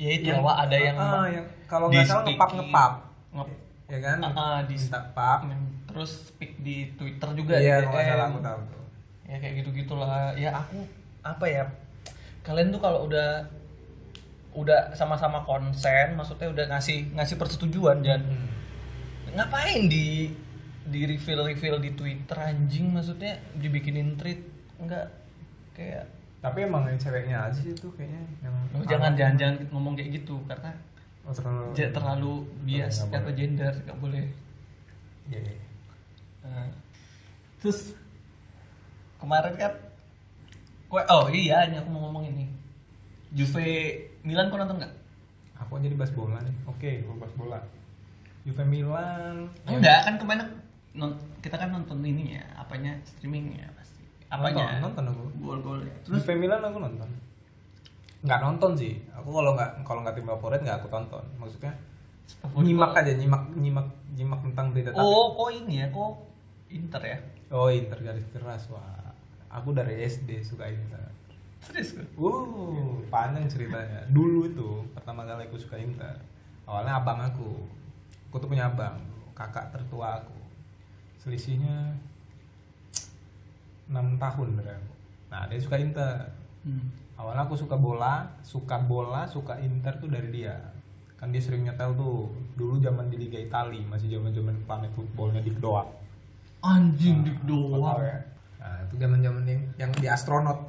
Speaker 1: Ya itu Wak, ada yang,
Speaker 2: ah, yang kalau nggak salah
Speaker 1: di
Speaker 2: ngepap
Speaker 1: speaking.
Speaker 2: ngepap
Speaker 1: nge-
Speaker 2: ya kan
Speaker 1: Ah, ah, di-
Speaker 2: minta pap
Speaker 1: terus speak di Twitter juga.
Speaker 2: iya
Speaker 1: di
Speaker 2: kalau nggak salah
Speaker 1: DM.
Speaker 2: aku tahu tuh
Speaker 1: ya kayak gitu gitulah ya aku apa ya kalian tuh kalau udah Hmm. udah sama-sama konsen maksudnya udah ngasih ngasih persetujuan dan ngapain di di reveal reveal di Twitter anjing maksudnya dibikinin tweet enggak kayak
Speaker 2: tapi emang yang ceweknya aja sih itu kayaknya yang
Speaker 1: lu Oh, jangan jangan jangan ngomong kayak gitu karena
Speaker 2: oh, terlalu
Speaker 1: ja- terlalu bias
Speaker 2: nggak
Speaker 1: kata
Speaker 2: boleh.
Speaker 1: gender Hmm. nggak boleh
Speaker 2: Iya, iya.
Speaker 1: Nah,
Speaker 4: terus
Speaker 1: kemarin kan kue oh iya ini aku mau ngomong ini Juve Milan kau nonton nggak
Speaker 2: aku jadi bahas bola nih oke gua bahas bola Juve Milan ya,
Speaker 1: enggak kan kemarin non- kita kan nonton ininya apanya streamingnya pasti apanya
Speaker 2: nonton, nonton aku
Speaker 1: gol-gol terus
Speaker 2: Juve Milan aku nonton nggak nonton sih aku kalau nggak kalau nggak tim favorit nggak aku tonton maksudnya nyimak aja nyimak nyimak nyimak tentang berita tapi-
Speaker 1: oh kok ini ya kok Inter ya
Speaker 2: oh Inter garis keras wah aku dari SD suka Inter
Speaker 1: serius gue
Speaker 2: Wow, panjang Uh, ceritanya. Dulu itu pertama kali aku suka Inter. Awalnya abang aku. Aku tuh punya abang, kakak tertua aku. Selisihnya 6 tahun dari aku. Nah, dia suka Inter. Awalnya aku suka bola, suka bola, suka Inter tuh dari dia. Kan dia sering nyetel tuh. Dulu zaman di Liga Italia, masih zaman-zaman planet footballnya di doang.
Speaker 4: anjing
Speaker 2: Nah, kau tahu ya. Nah, itu zaman-zaman yang yang di astronot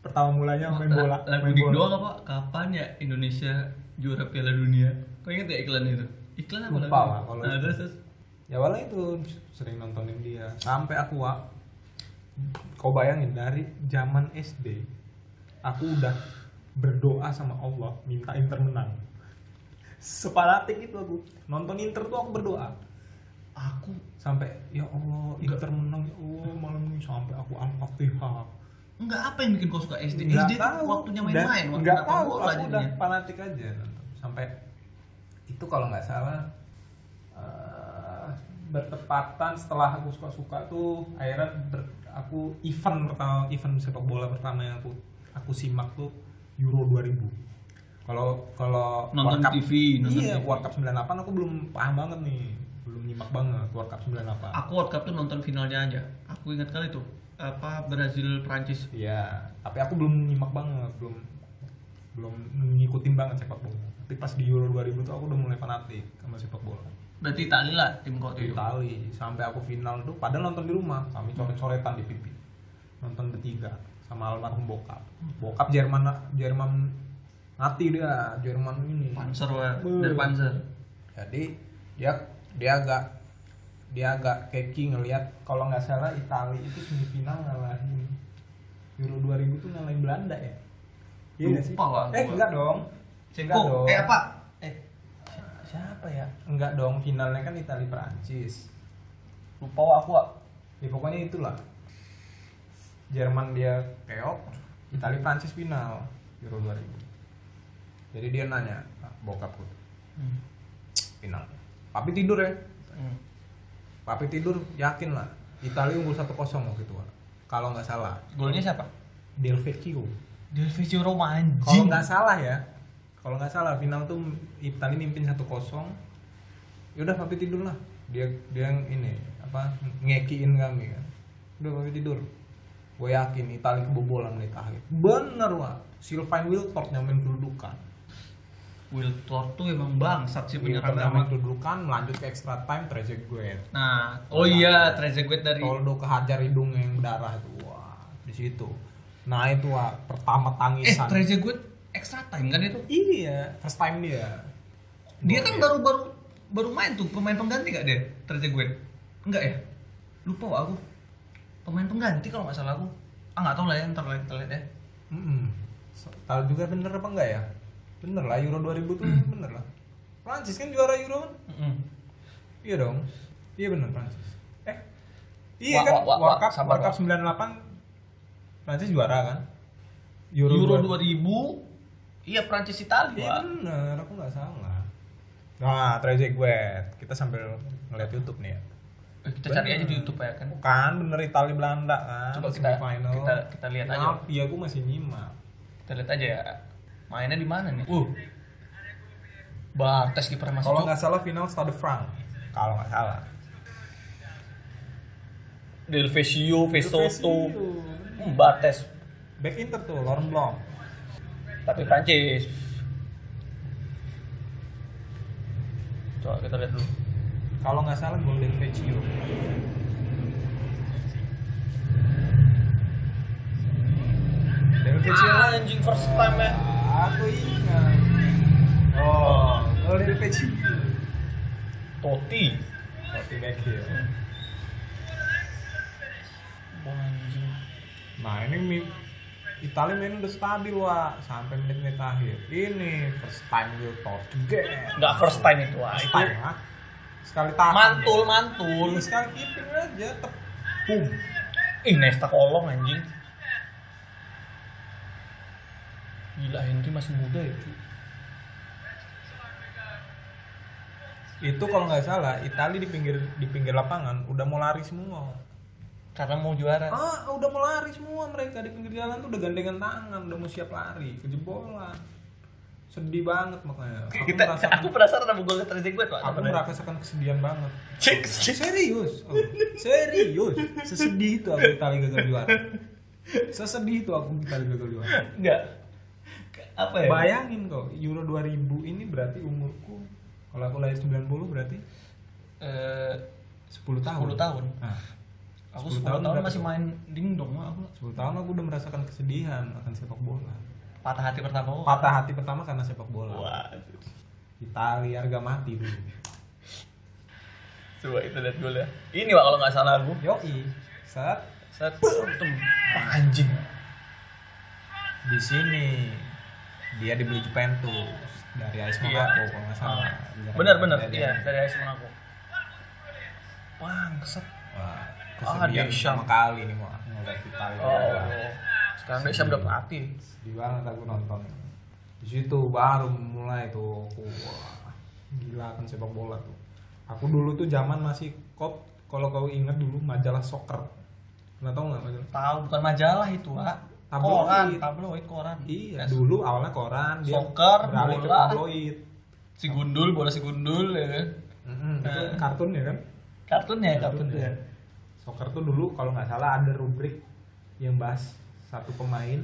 Speaker 2: pertama mulanya main bola.
Speaker 4: lagu
Speaker 2: main
Speaker 4: Dik
Speaker 2: bola.
Speaker 4: doang apa kapan ya Indonesia juara Piala Dunia kau inget ya iklan itu iklan apa
Speaker 2: Lupa
Speaker 4: lagunya?
Speaker 2: lah kalau
Speaker 4: nah,
Speaker 2: itu.
Speaker 4: terus, terus
Speaker 2: ya awalnya itu sering nontonin dia sampai aku wak kau bayangin dari zaman SD aku udah berdoa sama Allah minta Inter menang separatik itu aku nonton Inter tuh aku berdoa aku sampai ya Allah Inter menang ya Allah malam ini sampai aku al-fatihah
Speaker 4: Enggak apa yang bikin kau suka SD? SD
Speaker 2: Nggak tahu.
Speaker 4: waktunya
Speaker 2: Dan
Speaker 4: main-main, waktu
Speaker 2: nggak
Speaker 4: nonton
Speaker 2: tahu
Speaker 4: bola
Speaker 2: aku udah
Speaker 4: jadinya.
Speaker 2: fanatik aja nonton. sampai itu kalau nggak salah eh, bertepatan setelah aku suka suka tuh akhirnya ber- aku event pertama event sepak bola pertama yang aku aku simak tuh Euro 2000 kalau kalau
Speaker 4: Nonton
Speaker 2: World Cup-
Speaker 4: TV, nonton
Speaker 2: iya
Speaker 4: TV.
Speaker 2: World Cup 98 aku belum paham banget nih belum nyimak banget World Cup 98
Speaker 1: aku World Cup tuh nonton finalnya aja aku ingat kali tuh apa Brazil Prancis
Speaker 2: Iya, tapi aku belum nyimak banget, belum belum ngikutin banget sepak bola. Tapi pas di Euro 2000 tuh aku udah mulai fanatik sama sepak bola.
Speaker 1: berarti Itali lah tim kau
Speaker 2: Di
Speaker 1: tuh
Speaker 2: Itali sampai aku final tuh padahal nonton di rumah, kami coret-coretan di pipi. Nonton bertiga sama almarhum bokap. Bokap Jerman Jerman mati dia, Jerman ini.
Speaker 1: Panzer wah dari Panzer
Speaker 2: Jadi dia dia agak dia agak keki ngelihat kalau nggak salah Italia itu semifinal ngalahin Euro 2000 tuh ngalahin Belanda ya. Iya nggak sih?
Speaker 1: Lupa lah
Speaker 2: Eh
Speaker 1: gua.
Speaker 2: enggak dong. Enggak
Speaker 1: Ceko eh apa eh
Speaker 2: Siapa ya? Enggak dong, finalnya kan Italia Prancis.
Speaker 1: lupa wah aku wah
Speaker 2: Ya pokoknya itulah. Jerman dia keok, Italia Prancis final Euro 2000. Jadi dia nanya, "Ah, bokapku
Speaker 1: Hmm.
Speaker 2: final. Tapi tidur ya,
Speaker 1: Hmm.
Speaker 2: Papi tidur yakin lah. Italia unggul 1-0 waktu itu. Wak. Kalau nggak salah,
Speaker 1: golnya siapa
Speaker 2: Del Vecchio.
Speaker 1: Del Vecchio Roma
Speaker 2: Kalau
Speaker 1: anjing
Speaker 2: nggak salah ya, kalau nggak salah final tuh Italia mimpin 1-0. Yaudah papi tidur lah. Dia dia yang ini apa ngekiin kami kan. Udah papi tidur. Gue yakin Italia kebobolan menit akhir. Bener wah. Sylvain Wiltord yang main kedudukan.
Speaker 1: Will Thor tuh emang bangsat sih
Speaker 2: Wiltord
Speaker 1: penyerang
Speaker 2: yang main
Speaker 1: amat
Speaker 2: kedudukan lanjut ke extra time Trezeguet.
Speaker 1: nah oh iya Trezeguet dari
Speaker 2: Toldo kehajar hidung yang berdarah itu wah di situ nah itu wah pertama
Speaker 1: eh
Speaker 2: tangisan
Speaker 1: Trezeguet extra time kan itu
Speaker 2: iya first time dia
Speaker 1: dia kan
Speaker 2: Iya.
Speaker 1: baru baru baru main tuh pemain pengganti gak dia Trezeguet enggak ya lupa wah aku pemain pengganti kalau nggak salah aku ah nggak tahu lah ya ntar lihat ntar lihat ya
Speaker 2: Mm-mm. So- tahu juga bener apa enggak ya bener lah Euro 2000 tuh bener lah Prancis kan juara Euro kan
Speaker 1: Mm-mm.
Speaker 2: iya dong iya bener Prancis eh iya
Speaker 1: Wah,
Speaker 2: kan
Speaker 1: wah, wah,
Speaker 2: World
Speaker 1: wah,
Speaker 2: Cup
Speaker 1: sabar,
Speaker 2: World Cup 98 Prancis juara kan Euro,
Speaker 1: Euro, 2000
Speaker 2: 2000
Speaker 1: iya Prancis Italia
Speaker 2: Iya bener, aku nggak salah. Nah, Trezeguet, kita sambil ngeliat YouTube nih ya.
Speaker 1: Eh, kita cari aja di YouTube ya kan
Speaker 2: Bukan bener Italia Belanda kan.
Speaker 1: Coba kita-
Speaker 2: semifinal.
Speaker 1: kita- kita lihat aja.
Speaker 2: Maaf, Iya, aku masih nyimak.
Speaker 1: kita lihat aja ya mainnya di mana nih uh bang tes kiper masih
Speaker 2: Kalau
Speaker 1: Kalau
Speaker 2: nggak salah final Stade Frank. Kalau nggak salah.
Speaker 1: Del Vecchio, Vesoto, Hmm,
Speaker 2: Vecchio.
Speaker 1: Bates,
Speaker 2: Back Inter tuh, Laurent Blanc.
Speaker 1: tapi Prancis. Coba kita lihat dulu.
Speaker 2: kalau nggak salah Golden Vecchio Golden Vecchio
Speaker 1: Ah, anjing first time ya.
Speaker 2: aku ingat oh Golden Vecchio
Speaker 1: Toti.
Speaker 2: tapi Vecchio
Speaker 1: Wah, anjing.
Speaker 2: nah ini mi- Itali main udah stabil wah sampai menit-menit akhir ini first time gue top
Speaker 1: Enggak first time itu, ah. Itu
Speaker 2: first time ah. sekali tahan
Speaker 1: mantul,
Speaker 2: Full
Speaker 1: mantul.
Speaker 2: sekali keeping aja tep. Boom.
Speaker 1: Ih, Nesta kolong anjing. Gila, Henry masih muda ya. cuy.
Speaker 2: Itu kalau nggak salah Itali di pinggir di pinggir lapangan udah mau lari semua.
Speaker 1: Karena mau juara.
Speaker 2: Ah, udah mau lari semua mereka di pinggir jalan tuh udah gandengan tangan, udah mau siap lari, kejebolan. Sedih banget makanya. Aku
Speaker 1: Kita,
Speaker 2: merasakan,
Speaker 1: aku penasaran sama gol terjadi gue tuh.
Speaker 2: aku merasakan kesedihan banget.
Speaker 1: Cek, cek.
Speaker 2: Serius, aku. serius. Sesedih itu aku Itali gagal juara. Sesedih itu aku Itali gagal juara.
Speaker 1: Enggak. Apa ya?
Speaker 2: Bayangin kok, Euro 2000 ini berarti umurku kalau aku lahir 90 berarti
Speaker 1: Eh,
Speaker 2: 10 tahun.
Speaker 1: 10 tahun.
Speaker 2: Nah,
Speaker 1: aku 10
Speaker 2: 10 tahun
Speaker 1: tahun,
Speaker 2: berapa
Speaker 1: masih
Speaker 2: tuh?
Speaker 1: main dingdong lah aku.
Speaker 2: 10 tahun aku udah merasakan kesedihan akan sepak bola.
Speaker 1: Patah hati pertama. aku.
Speaker 2: Patah hati pertama karena sepak bola.
Speaker 1: Wah.
Speaker 2: Italia harga mati dulu.
Speaker 1: Coba itu lihat golnya. Ini Wak kalau nggak salah aku.
Speaker 2: Yoi, saat
Speaker 1: Set. Tem. Wah, Anjing.
Speaker 2: di sini dia dibeli Juventus dari AS Monaco kalau nggak salah.
Speaker 1: Iya. Benar benar.
Speaker 2: Dari-
Speaker 1: Iya, dari AS Monaco. Bangsat.
Speaker 2: Wah,
Speaker 1: Ah,
Speaker 2: kesedihan
Speaker 1: Deschamps.
Speaker 2: pertama kali nih mau ngeliat Italia.
Speaker 1: Oh. Sekarang dia siap udah pelatih.
Speaker 2: sedih banget aku nonton di situ baru mulai tuh aku, wah, gila kan sepak bola tuh aku dulu tuh zaman masih kop kalau kau ingat dulu majalah soccer pernah tau nggak majalah
Speaker 1: Tahu bukan majalah itu, Wak.
Speaker 2: Tabloid.
Speaker 1: Koran, tabloid koran.
Speaker 2: iya
Speaker 1: Yes.
Speaker 2: dulu awalnya koran dia
Speaker 1: Soccer,
Speaker 2: beralih ke
Speaker 1: bola.
Speaker 2: tabloid
Speaker 1: Si gundul, bola si gundul ya kan.
Speaker 2: Mm-mm, itu
Speaker 1: Eh.
Speaker 2: kartun ya kan
Speaker 1: Kartunnya,
Speaker 2: Kartun
Speaker 1: kartunnya.
Speaker 2: ya. soccer tuh dulu kalau nggak salah ada rubrik yang bahas satu pemain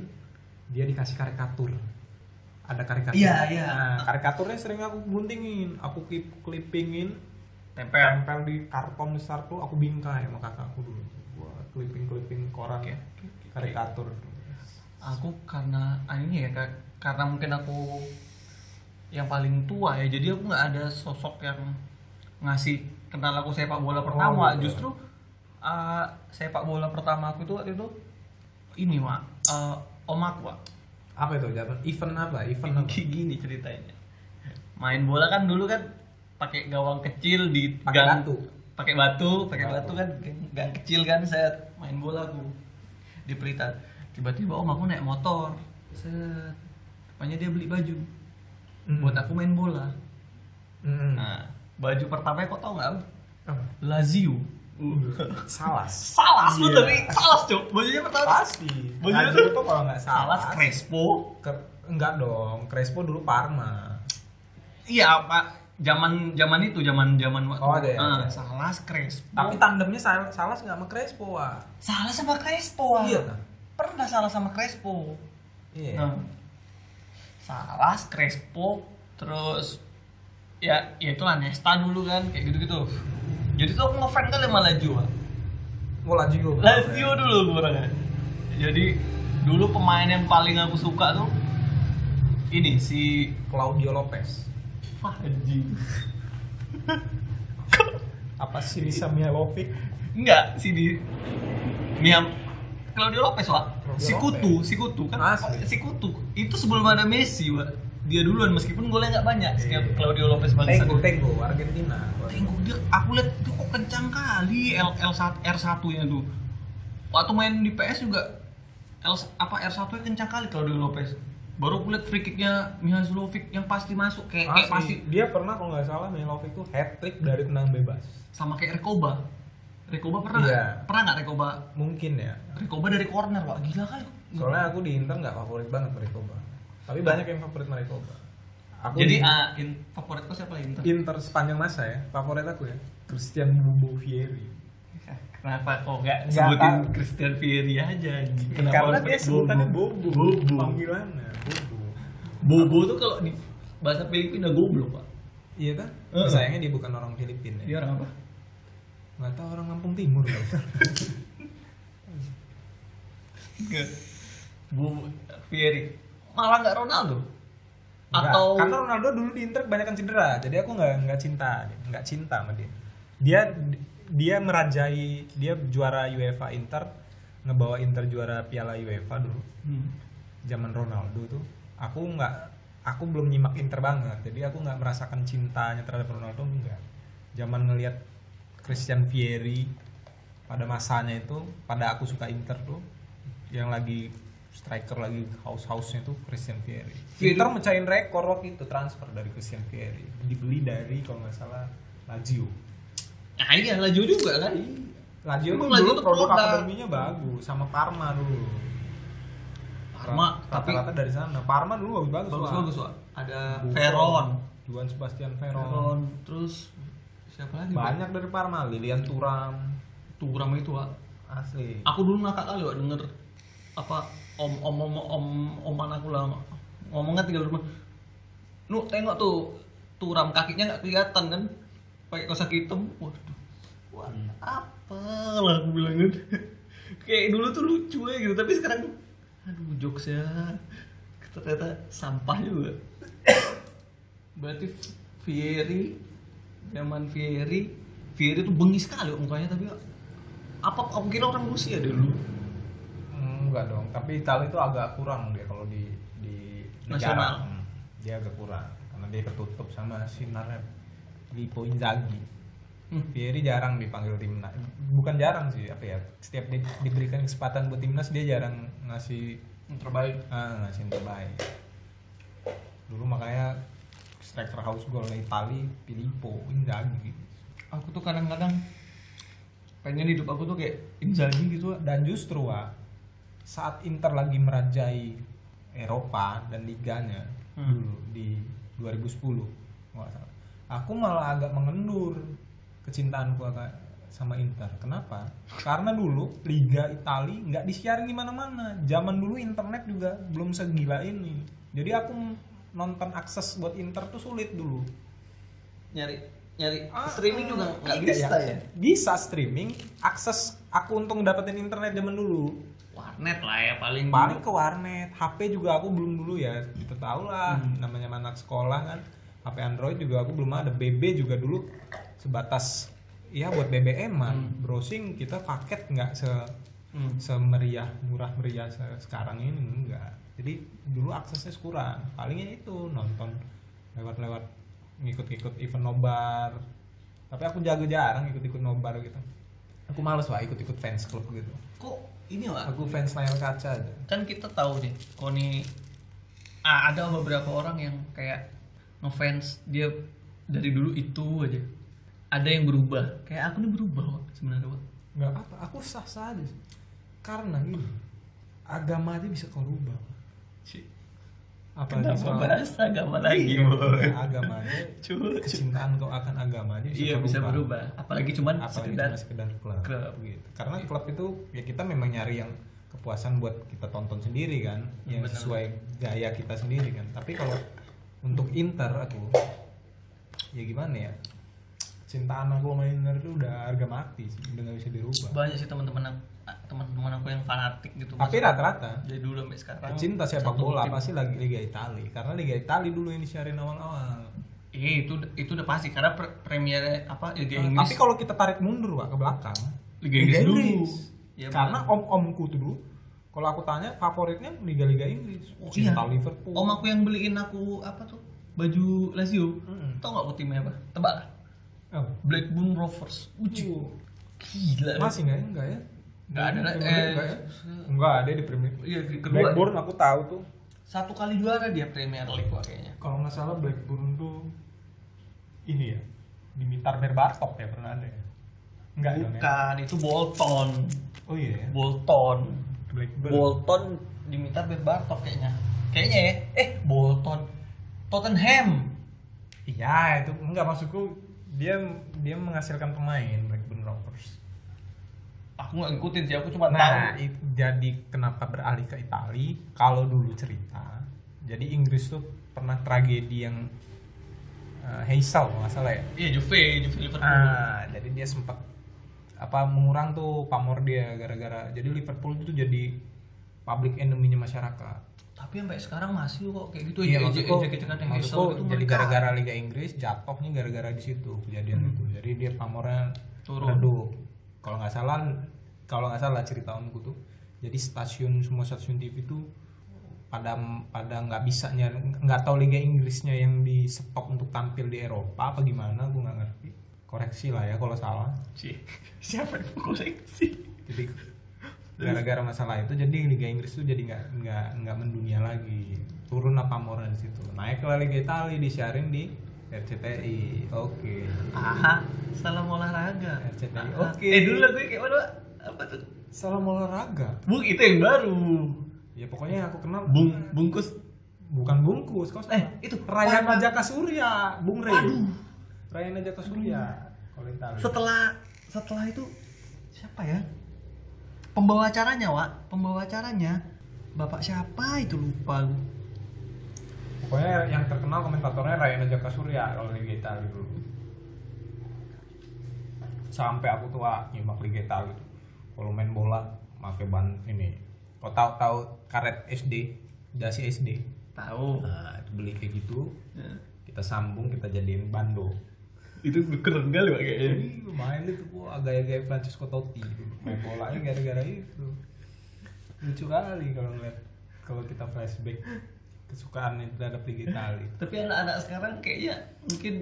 Speaker 2: dia dikasih karikatur ada karikatur
Speaker 1: Iya, iya.
Speaker 2: Nah, karikaturnya sering aku guntingin aku clip clippingin
Speaker 1: Tempel.
Speaker 2: tempel di karton besar tuh aku bingkai sama kakakku dulu gua clipping clipping koran ya karikatur
Speaker 1: aku karena ah, ini ya Kak, karena mungkin aku yang paling tua ya jadi aku nggak ada sosok yang ngasih kenal aku sepak bola pertama
Speaker 2: gitu.
Speaker 1: justru ah, sepak bola pertama aku itu waktu itu ini wa eh, om aku Wak.
Speaker 2: apa itu jatuh event apa event apa?
Speaker 1: Kayak gini ceritanya main bola kan dulu kan pakai gawang kecil di
Speaker 2: Pakai
Speaker 1: gang-
Speaker 2: batu.
Speaker 1: pakai batu pakai
Speaker 2: Batu.
Speaker 1: batu kan gang- gang kecil kan saya main bola aku di Pelita tiba-tiba om aku naik motor set rupanya dia beli baju
Speaker 2: Mm.
Speaker 1: buat aku main bola
Speaker 2: Hmm. Mm.
Speaker 1: nah baju pertamanya kok tau nggak
Speaker 2: Apa?
Speaker 1: Lazio
Speaker 2: salas
Speaker 1: salas lu
Speaker 2: Iya.
Speaker 1: tapi salas cok bajunya pertama
Speaker 2: pasti
Speaker 1: Bener
Speaker 2: Nah,
Speaker 1: tuh.
Speaker 2: dulu tuh kalau nggak salah
Speaker 1: salas Crespo
Speaker 2: Ke- enggak dong Crespo dulu Parma
Speaker 1: iya apa zaman zaman itu zaman zaman waktu
Speaker 2: Oh, ada ya?
Speaker 1: Ah,
Speaker 2: Ah.
Speaker 1: salas Crespo
Speaker 2: Tapi tandemnya salah salah nggak sama Crespo, Wak.
Speaker 1: Salah sama Crespo. Wak.
Speaker 2: Iya, kan?
Speaker 1: Pernah salah sama Crespo.
Speaker 2: Iya.
Speaker 1: Nah, salah Crespo terus ya ya itulah Nesta dulu kan kayak gitu-gitu. Jadi tuh aku ngefans kali sama Lazio. Wak.
Speaker 2: Mau Lazio.
Speaker 1: Lazio dulu gue orangnya. Jadi dulu pemain yang paling aku suka tuh ini si
Speaker 2: Claudio Lopez.
Speaker 1: Wah, anjing.
Speaker 2: Apa sih Lisa
Speaker 1: Iya.
Speaker 2: Mihailovic?
Speaker 1: Enggak, si di Miam Claudio Lopez, Wak.
Speaker 2: Claudio Ah,
Speaker 1: Si Kutu, si Kutu kan
Speaker 2: Asli.
Speaker 1: si Kutu. Itu sebelum ada Messi, Wak. Dia duluan meskipun golnya nggak banyak. Setiap
Speaker 2: Iya.
Speaker 1: Claudio Lopez balik
Speaker 2: Tenggo, Tenggo, Argentina.
Speaker 1: Tengok dia, aku lihat tuh kok kencang kali L L1 R1-nya tuh. Waktu main di PS juga L apa R1-nya kencang kali Claudio Lopez. Baru aku lihat free kick-nya Mihailovic yang pasti masuk kayak, kayak pasti
Speaker 2: Asli. Dia pernah kalau nggak salah Mihailovic tuh hat trick dari tendangan bebas.
Speaker 1: sama kayak Rekoba. Rekoba pernah
Speaker 2: Iya.
Speaker 1: nggak? pernah nggak Rekoba?
Speaker 2: Mungkin ya.
Speaker 1: Rekoba dari corner, Wak. Gila kali.
Speaker 2: Soalnya aku di Inter nggak favorit banget Marikoba. Tapi banyak yang favorit Marikoba. Aku
Speaker 1: Nah. Jadi
Speaker 2: di
Speaker 1: ah, Iya. in, favoritku siapa Inter?
Speaker 2: Inter sepanjang masa ya, favorit aku ya. Christian Bovieri.
Speaker 1: Kenapa kok nggak
Speaker 2: Nggak
Speaker 1: sebutin
Speaker 2: tahu.
Speaker 1: Christian Vieri aja? Kenapa
Speaker 2: Karena
Speaker 1: pakai
Speaker 2: dia sebutannya
Speaker 1: Bobo?
Speaker 2: Bobo.
Speaker 1: Bobo.
Speaker 2: Panggilannya Bobo.
Speaker 1: Bobo tuh kalau di bahasa Filipina goblok, Pak.
Speaker 2: Iya kan?
Speaker 1: Heeh.
Speaker 2: sayangnya dia bukan orang Filipina
Speaker 1: Dia orang apa?
Speaker 2: nggak tahu orang Lampung Timur loh.
Speaker 1: Bu Fieri. Kan Malah nggak Ronaldo.
Speaker 2: Nggak,
Speaker 1: Atau
Speaker 2: karena Ronaldo dulu di Inter kebanyakan cedera jadi aku nggak nggak cinta nggak cinta sama dia dia dia merajai dia juara UEFA Inter ngebawa Inter juara Piala UEFA dulu
Speaker 1: Hmm.
Speaker 2: zaman Ronaldo tuh aku nggak aku belum nyimak Inter banget jadi aku nggak merasakan cintanya terhadap Ronaldo enggak zaman ngelihat Christian Vieri pada masanya itu pada aku suka Inter tuh yang lagi striker lagi haus hausnya tuh Christian Vieri
Speaker 1: Vieri.
Speaker 2: Inter mecahin rekor waktu itu transfer dari Christian Vieri dibeli dari kalau nggak salah Lazio
Speaker 1: Nah, iya Lazio juga kan.
Speaker 2: Lazio tuh
Speaker 1: Emang Lazio
Speaker 2: dulu
Speaker 1: tuh
Speaker 2: produk
Speaker 1: produk.
Speaker 2: akademinya bagus sama Parma dulu
Speaker 1: Parma, tapi
Speaker 2: rata-rata dari sana Parma dulu bagus bagus
Speaker 1: bagus-bagus, Wak. Ada
Speaker 2: Buffon,
Speaker 1: Veron.
Speaker 2: Juan Sebastian
Speaker 1: Veron,
Speaker 2: Veron.
Speaker 1: terus siapa lagi?
Speaker 2: Banyak dari Parma, Lilian Turam.
Speaker 1: Turam itu, Wak.
Speaker 2: Asli.
Speaker 1: aku dulu ngakak kali wak denger apa om om om om oman aku lah ngomongnya tinggal rumah nu tengok tuh turam kakinya nggak kelihatan kan pakai kosak hitam waduh warna apa lah aku bilang kan kayak dulu tuh lucu ya gitu tapi sekarang aduh jokesnya ternyata sampah juga berarti Fieri zaman Fieri Fieri tuh bengi sekali Wak, mukanya tapi Wak. apa kamu kira orang Rusia dulu
Speaker 2: Enggak dong, tapi Itali itu agak kurang dia kalau di di
Speaker 1: Nasional.
Speaker 2: negara. Hmm, Dia agak kurang karena dia ketutup sama sinarnya Lipo Inzaghi.
Speaker 1: Hmm.
Speaker 2: Vieri jarang dipanggil timnas. Bukan jarang sih, apa ya? Setiap di- diberikan kesempatan buat timnas dia jarang ngasih
Speaker 1: yang terbaik
Speaker 2: Ah, ngasih yang terbaik. Dulu makanya striker house goal Itali Filippo Inzaghi.
Speaker 1: aku tuh kadang-kadang pengen hidup aku tuh kayak Inzaghi gitu Wak.
Speaker 2: Dan justru Wak, saat Inter lagi merajai Eropa dan liganya dulu di 2010 nggak salah. Aku malah agak mengendur kecintaanku agak sama Inter. Kenapa? Karena dulu Liga Italia nggak disiarin di mana-mana. Zaman dulu internet juga belum segila ini. Jadi aku nonton akses buat Inter tuh sulit dulu.
Speaker 1: nyari nyari
Speaker 2: Ah,
Speaker 1: streaming juga
Speaker 2: ah,
Speaker 1: nggak
Speaker 2: iya,
Speaker 1: bisa ya
Speaker 2: Bisa streaming, akses aku untung dapetin internet zaman dulu.
Speaker 1: warnet lah ya paling
Speaker 2: paling ke warnet HP juga aku belum dulu ya kita tahu lah namanya anak sekolah kan HP Android juga aku belum ada BB juga dulu sebatas ya buat BBM an browsing kita paket nggak se
Speaker 1: Hmm.
Speaker 2: semeriah murah meriah se- sekarang ini enggak jadi dulu aksesnya kurang palingnya itu nonton lewat-lewat ngikut-ngikut event nobar tapi aku jago jarang ikut-ikut nobar gitu aku males lah ikut-ikut fans club gitu
Speaker 1: kok ini Wak?
Speaker 2: aku fans layar kaca aja
Speaker 1: kan kita tahu nih Koni ah, ada beberapa orang yang kayak ngefans dia dari dulu itu aja ada yang berubah kayak aku nih berubah Wak, sebenarnya Wak.
Speaker 2: nggak apa aku sah sah aja sih. karena gini agama aja bisa kau rubah
Speaker 1: Ci,
Speaker 2: apalagi
Speaker 1: Kenapa Iya.
Speaker 2: soal
Speaker 1: bahas agama lagi
Speaker 2: ya,
Speaker 1: boy?
Speaker 2: agama aja
Speaker 1: Cuy,
Speaker 2: kecintaan kau akan agama aja
Speaker 1: iya
Speaker 2: kau
Speaker 1: bisa
Speaker 2: rubah.
Speaker 1: berubah apalagi cuman
Speaker 2: apalagi
Speaker 1: sekedar
Speaker 2: cuma sekedar klub,
Speaker 1: klub.
Speaker 2: gitu karena klub itu ya kita memang nyari yang kepuasan buat kita tonton sendiri kan yang
Speaker 1: Benar.
Speaker 2: sesuai gaya kita sendiri kan tapi kalau untuk Inter aku ya gimana ya cintaan aku sama Inter itu udah harga mati sih udah nggak bisa dirubah
Speaker 1: banyak sih teman-teman aku teman-teman aku yang fanatik gitu
Speaker 2: tapi
Speaker 1: Mas.
Speaker 2: rata-rata
Speaker 1: dari dulu sampai sekarang
Speaker 2: pecinta sepak
Speaker 1: satu
Speaker 2: bola
Speaker 1: tim.
Speaker 2: pasti lagi Liga Italia karena Liga Italia dulu yang disiarin awal-awal.
Speaker 1: eh itu itu udah pasti karena pre premier apa Liga
Speaker 2: Nah,
Speaker 1: Inggris
Speaker 2: Tapi kalau kita tarik mundur Wak, ke belakang,
Speaker 1: Liga Inggris dulu. Iya,
Speaker 2: karena om-omku tuh dulu kalau aku tanya favoritnya Liga-Liga Inggris.
Speaker 1: Oh,
Speaker 2: Cinta
Speaker 1: iya.
Speaker 2: Liverpool.
Speaker 1: om aku yang beliin aku apa tuh baju Lazio
Speaker 2: Mm-mm.
Speaker 1: tau gak aku timnya apa tebak lah
Speaker 2: Oh.
Speaker 1: Blackburn Rovers Uci. gila
Speaker 2: Masih nggak ya? Nggak ya?
Speaker 1: Nggak ada lah,
Speaker 2: Premier League
Speaker 1: eh,
Speaker 2: nggak ya? Nggak ada di Premier League.
Speaker 1: iya kedua
Speaker 2: Blackburn aku tahu tuh.
Speaker 1: satu kali juara dia Premier League wah, kayaknya
Speaker 2: Kalau nggak salah Blackburn tuh ini ya, Dimitar Berbatov ya pernah ada ya? Nggak dong ya?
Speaker 1: bukan itu Bolton
Speaker 2: Oh iya ya?
Speaker 1: Bolton
Speaker 2: Blackburn.
Speaker 1: Bolton diminta Berbatov kayaknya kayaknya ya eh Bolton Tottenham
Speaker 2: Iya, itu enggak maksudku dia dia menghasilkan pemain Blackburn Rovers.
Speaker 1: aku nggak ngikutin sih aku cuma
Speaker 2: Nah,
Speaker 1: tahu
Speaker 2: it- jadi kenapa beralih ke Itali? Kalau dulu cerita, jadi Inggris tuh pernah tragedi yang eh, Heysel kalau nggak salah ya
Speaker 1: Iya Juve, Juve Liverpool.
Speaker 2: ah jadi dia sempat apa mengurang tuh pamor dia gara-gara jadi Liverpool itu jadi public enemy-nya masyarakat
Speaker 1: Tapi sampai sekarang masih kok kayak gitu
Speaker 2: Iya,
Speaker 1: aja
Speaker 2: maksudku,
Speaker 1: ejek-ejekan yang Hazel
Speaker 2: maksudku
Speaker 1: itu
Speaker 2: jadi
Speaker 1: mereka
Speaker 2: gara-gara Liga Inggris jatuhnya gara-gara di situ kejadian itu. Jadi dia pamornya
Speaker 1: Turun.
Speaker 2: redup. Kalau nggak salah, kalau nggak salah cerita omku tuh, jadi stasiun semua stasiun TV itu pada pada nggak bisanya nggak tahu Liga Inggrisnya yang di stop untuk tampil di Eropa apa gimana, gue nggak ngerti. Koreksi lah ya kalau salah.
Speaker 1: sih. Siapa yang koleksi?
Speaker 2: Jadi gara-gara masalah itu jadi Liga Inggris tuh jadi nggak nggak nggak mendunia lagi turun apa moral di situ naiklah Liga Italia disiarin di RCTI oke
Speaker 1: Aha, salam olahraga.
Speaker 2: RCTI
Speaker 1: Aha.
Speaker 2: oke
Speaker 1: Eh dulu lagunya kayak mana? Apa tuh?
Speaker 2: salam olahraga
Speaker 1: Bung itu yang baru.
Speaker 2: ya pokoknya yang aku kenal
Speaker 1: Bung bungkus.
Speaker 2: bukan bungkus kau salah.
Speaker 1: Eh, itu.
Speaker 2: Rayana Jaka Surya Bung Rey Rayana Jaka Surya kalau Italia
Speaker 1: Setelah setelah itu siapa ya? Pembawa acaranya, Wak. Pembawa acaranya Bapak siapa itu lupa.
Speaker 2: pokoknya yang terkenal komentatornya Rayana Jaka Surya kalau Liga Italia dulu sampai aku tua nyimak Liga Italia itu kalau main bola pakai ban ini kau tahu tahu karet SD dasi SD
Speaker 1: Tahu.
Speaker 2: nah itu beli kayak gitu
Speaker 1: Ya.
Speaker 2: kita sambung kita jadiin bando
Speaker 1: Itu keren kali Wak kayaknya.
Speaker 2: jadi lumayan itu gua agak-agak Francesco Totti main bolanya gara-gara itu lucu kali kalau ngeliat kalau kita flashback kesukaan itu terhadap Liga Italia
Speaker 1: Tapi anak-anak sekarang kayaknya mungkin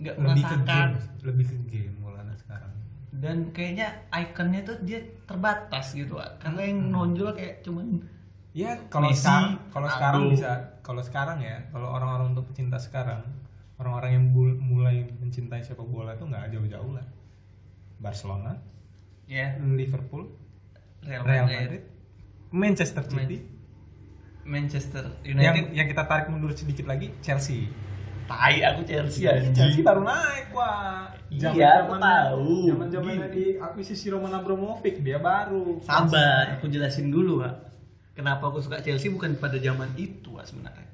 Speaker 1: nggak
Speaker 2: lebih ke
Speaker 1: merasakan
Speaker 2: game lebih ke game bola anak sekarang
Speaker 1: dan kayaknya ikonnya tuh dia terbatas gitu Wak. Karena yang nonjol kayak cuman
Speaker 2: ya kalau
Speaker 1: Messi,
Speaker 2: sekarang kalau sekarang
Speaker 1: Ronaldo.
Speaker 2: bisa kalau sekarang ya kalau orang-orang untuk pecinta sekarang orang-orang yang bul- mulai mencintai sepak bola itu nggak jauh-jauh lah Barcelona
Speaker 1: ya
Speaker 2: Liverpool
Speaker 1: Real
Speaker 2: Real
Speaker 1: Madrid,
Speaker 2: Madrid Manchester City
Speaker 1: Manchester
Speaker 2: yang
Speaker 1: United,
Speaker 2: yang kita tarik mundur sedikit lagi Chelsea
Speaker 1: tai aku Iya, Chelsea anjing.
Speaker 2: Chelsea baru naik wah
Speaker 1: Iya,
Speaker 2: Zaman-zamannya-
Speaker 1: aku tahu. Iya.
Speaker 2: zaman-zamannya di akuisisi Roman Abramovich dia baru
Speaker 1: Sabar, aku jelasin dulu, Wak. Kenapa aku suka Chelsea bukan pada zaman itu, Wak, sebenarnya.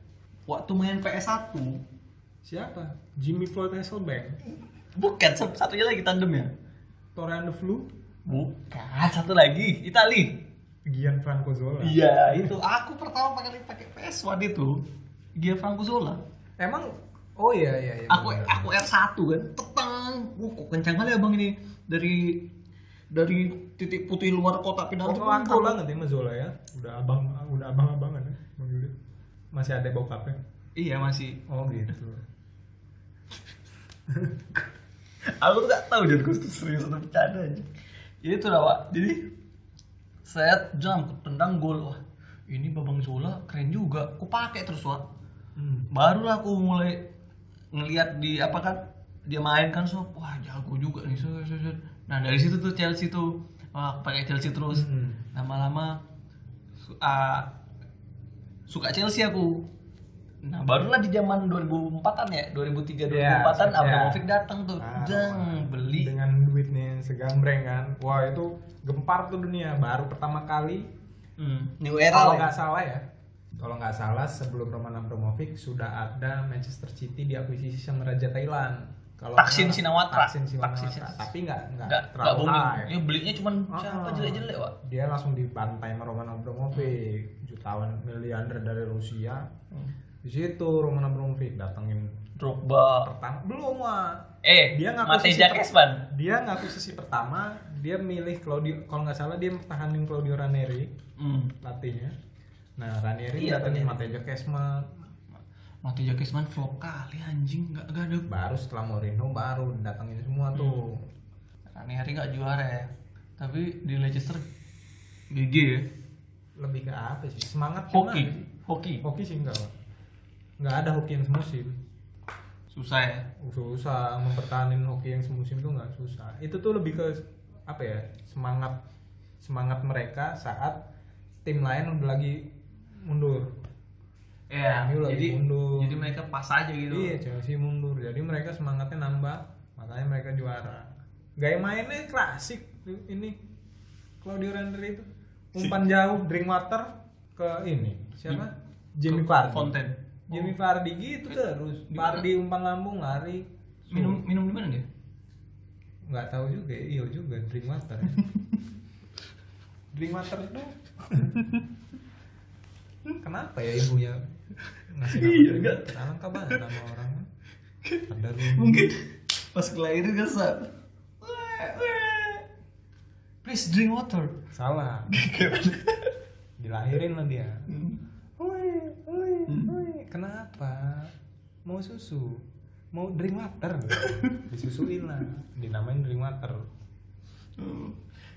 Speaker 1: Waktu main PS1,
Speaker 2: siapa Jimmy Floyd Hasselbank
Speaker 1: bukan satu- satunya lagi tandem ya?
Speaker 2: Torian de Flu,
Speaker 1: Bukan, satu lagi, Itali.
Speaker 2: Gianfranco Zola.
Speaker 1: Iya, itu aku pertama kali pakai PS1 itu. Gia Franco Zola.
Speaker 2: Emang oh iya iya iya.
Speaker 1: Aku
Speaker 2: bener.
Speaker 1: aku R1 kan, tetang. Wuh, kok kencang kali abang ini dari dari titik putih luar kotak penalti.
Speaker 2: Pokoknya akrab banget ya sama Zola ya. Udah abang udah abang-abangan ya manggilnya. Masih ada bokapnya.
Speaker 1: Iya, masih
Speaker 2: Oh gitu.
Speaker 1: aku tuh gak tau jadi gue serius atau bercanda aja jadi itu lah pak jadi saya jam tendang gol wah ini babang Zola keren juga aku pakai terus wah
Speaker 2: Hmm.
Speaker 1: barulah aku mulai ngelihat di apa kan dia main kan so wah jago juga nih so, so, so. nah dari situ tuh Chelsea tuh wah aku pakai Chelsea terus
Speaker 2: Hmm.
Speaker 1: lama-lama su- ah, suka Chelsea aku nah barulah di zaman 2004-an ya 2003
Speaker 2: Iya,
Speaker 1: 2004-an
Speaker 2: iya.
Speaker 1: Abramovich datang tuh
Speaker 2: Ah, Iya.
Speaker 1: jang beli
Speaker 2: Dengan duitnya yang segambreng kan. Wah itu gempar tuh dunia. Baru pertama kali
Speaker 1: Hmm, new
Speaker 2: kalau
Speaker 1: era
Speaker 2: nggak salah ya. Kalau nggak salah sebelum Roman Abramovich sudah ada Manchester City diakuisisi sama Raja Thailand. Kalau
Speaker 1: Taksin
Speaker 2: nggak-
Speaker 1: Shinawatra.
Speaker 2: Taksin Shinawatra.
Speaker 1: Taksin Shinawatra.
Speaker 2: Tapi nggak nggak
Speaker 1: nggak nggak
Speaker 2: terlalu
Speaker 1: booming
Speaker 2: high.
Speaker 1: ya belinya cuman siapa
Speaker 2: iya. Ah.
Speaker 1: jelek-jelek wak
Speaker 2: dia langsung dibantai sama Roman Abramovich jutawan miliarder dari Rusia di situ Roman Abramovich datengin
Speaker 1: Drogba
Speaker 2: pertama belum wah
Speaker 1: eh
Speaker 2: Dia ngaku sisi
Speaker 1: Mateja
Speaker 2: ter-
Speaker 1: Kesman
Speaker 2: dia ngaku sisi pertama dia milih Claudio kalau nggak salah dia pertahanin Claudio Ranieri
Speaker 1: hmm.
Speaker 2: latihnya nah Ranieri
Speaker 1: Iya,
Speaker 2: datengin
Speaker 1: Ranieri.
Speaker 2: Mateja Kesma
Speaker 1: Mateja Kesman vlog kali ya, anjing nggak nggak ada
Speaker 2: baru setelah Mourinho baru datengin semua
Speaker 1: Hmm.
Speaker 2: tuh
Speaker 1: Rani hari nggak juara ya tapi di Leicester GG ya
Speaker 2: lebih ke apa sih semangat
Speaker 1: hoki
Speaker 2: gimana sih?
Speaker 1: hoki
Speaker 2: hoki sih enggak Wak. nggak ada hoki yang semusim
Speaker 1: susah ya
Speaker 2: susah mempertahankan hoki yang semusim tuh nggak susah itu tuh lebih ke apa ya semangat semangat mereka saat tim lain udah lagi mundur
Speaker 1: Ya,
Speaker 2: MU lagi
Speaker 1: jadi
Speaker 2: mundur.
Speaker 1: jadi mereka pas aja gitu.
Speaker 2: iya Chelsea mundur jadi mereka semangatnya nambah makanya mereka juara gaya mainnya klasik ini Claudio Ranieri itu umpan jauh drink water ke ini siapa Jimmy
Speaker 1: Ke
Speaker 2: Vardy
Speaker 1: Fonten.
Speaker 2: Jimmy Fardi gitu terus. Fardi umpan lambung lari.
Speaker 1: minum minum di mana dia
Speaker 2: Nggak tahu juga, iya juga drink water. drink water dong. Kenapa ya
Speaker 1: Oh,
Speaker 2: ibunya ngasih nama
Speaker 1: Iya,
Speaker 2: drink
Speaker 1: nggak
Speaker 2: water? Alangkah banget nama orangnya. Ada rumah.
Speaker 1: mungkin pas kelahiran kesat please drink water
Speaker 2: Salah. Dilahirin lah dia. Woi, woi, woi. Kenapa? Mau susu? Mau drink water? Disusuin lah. Dinamain drink water.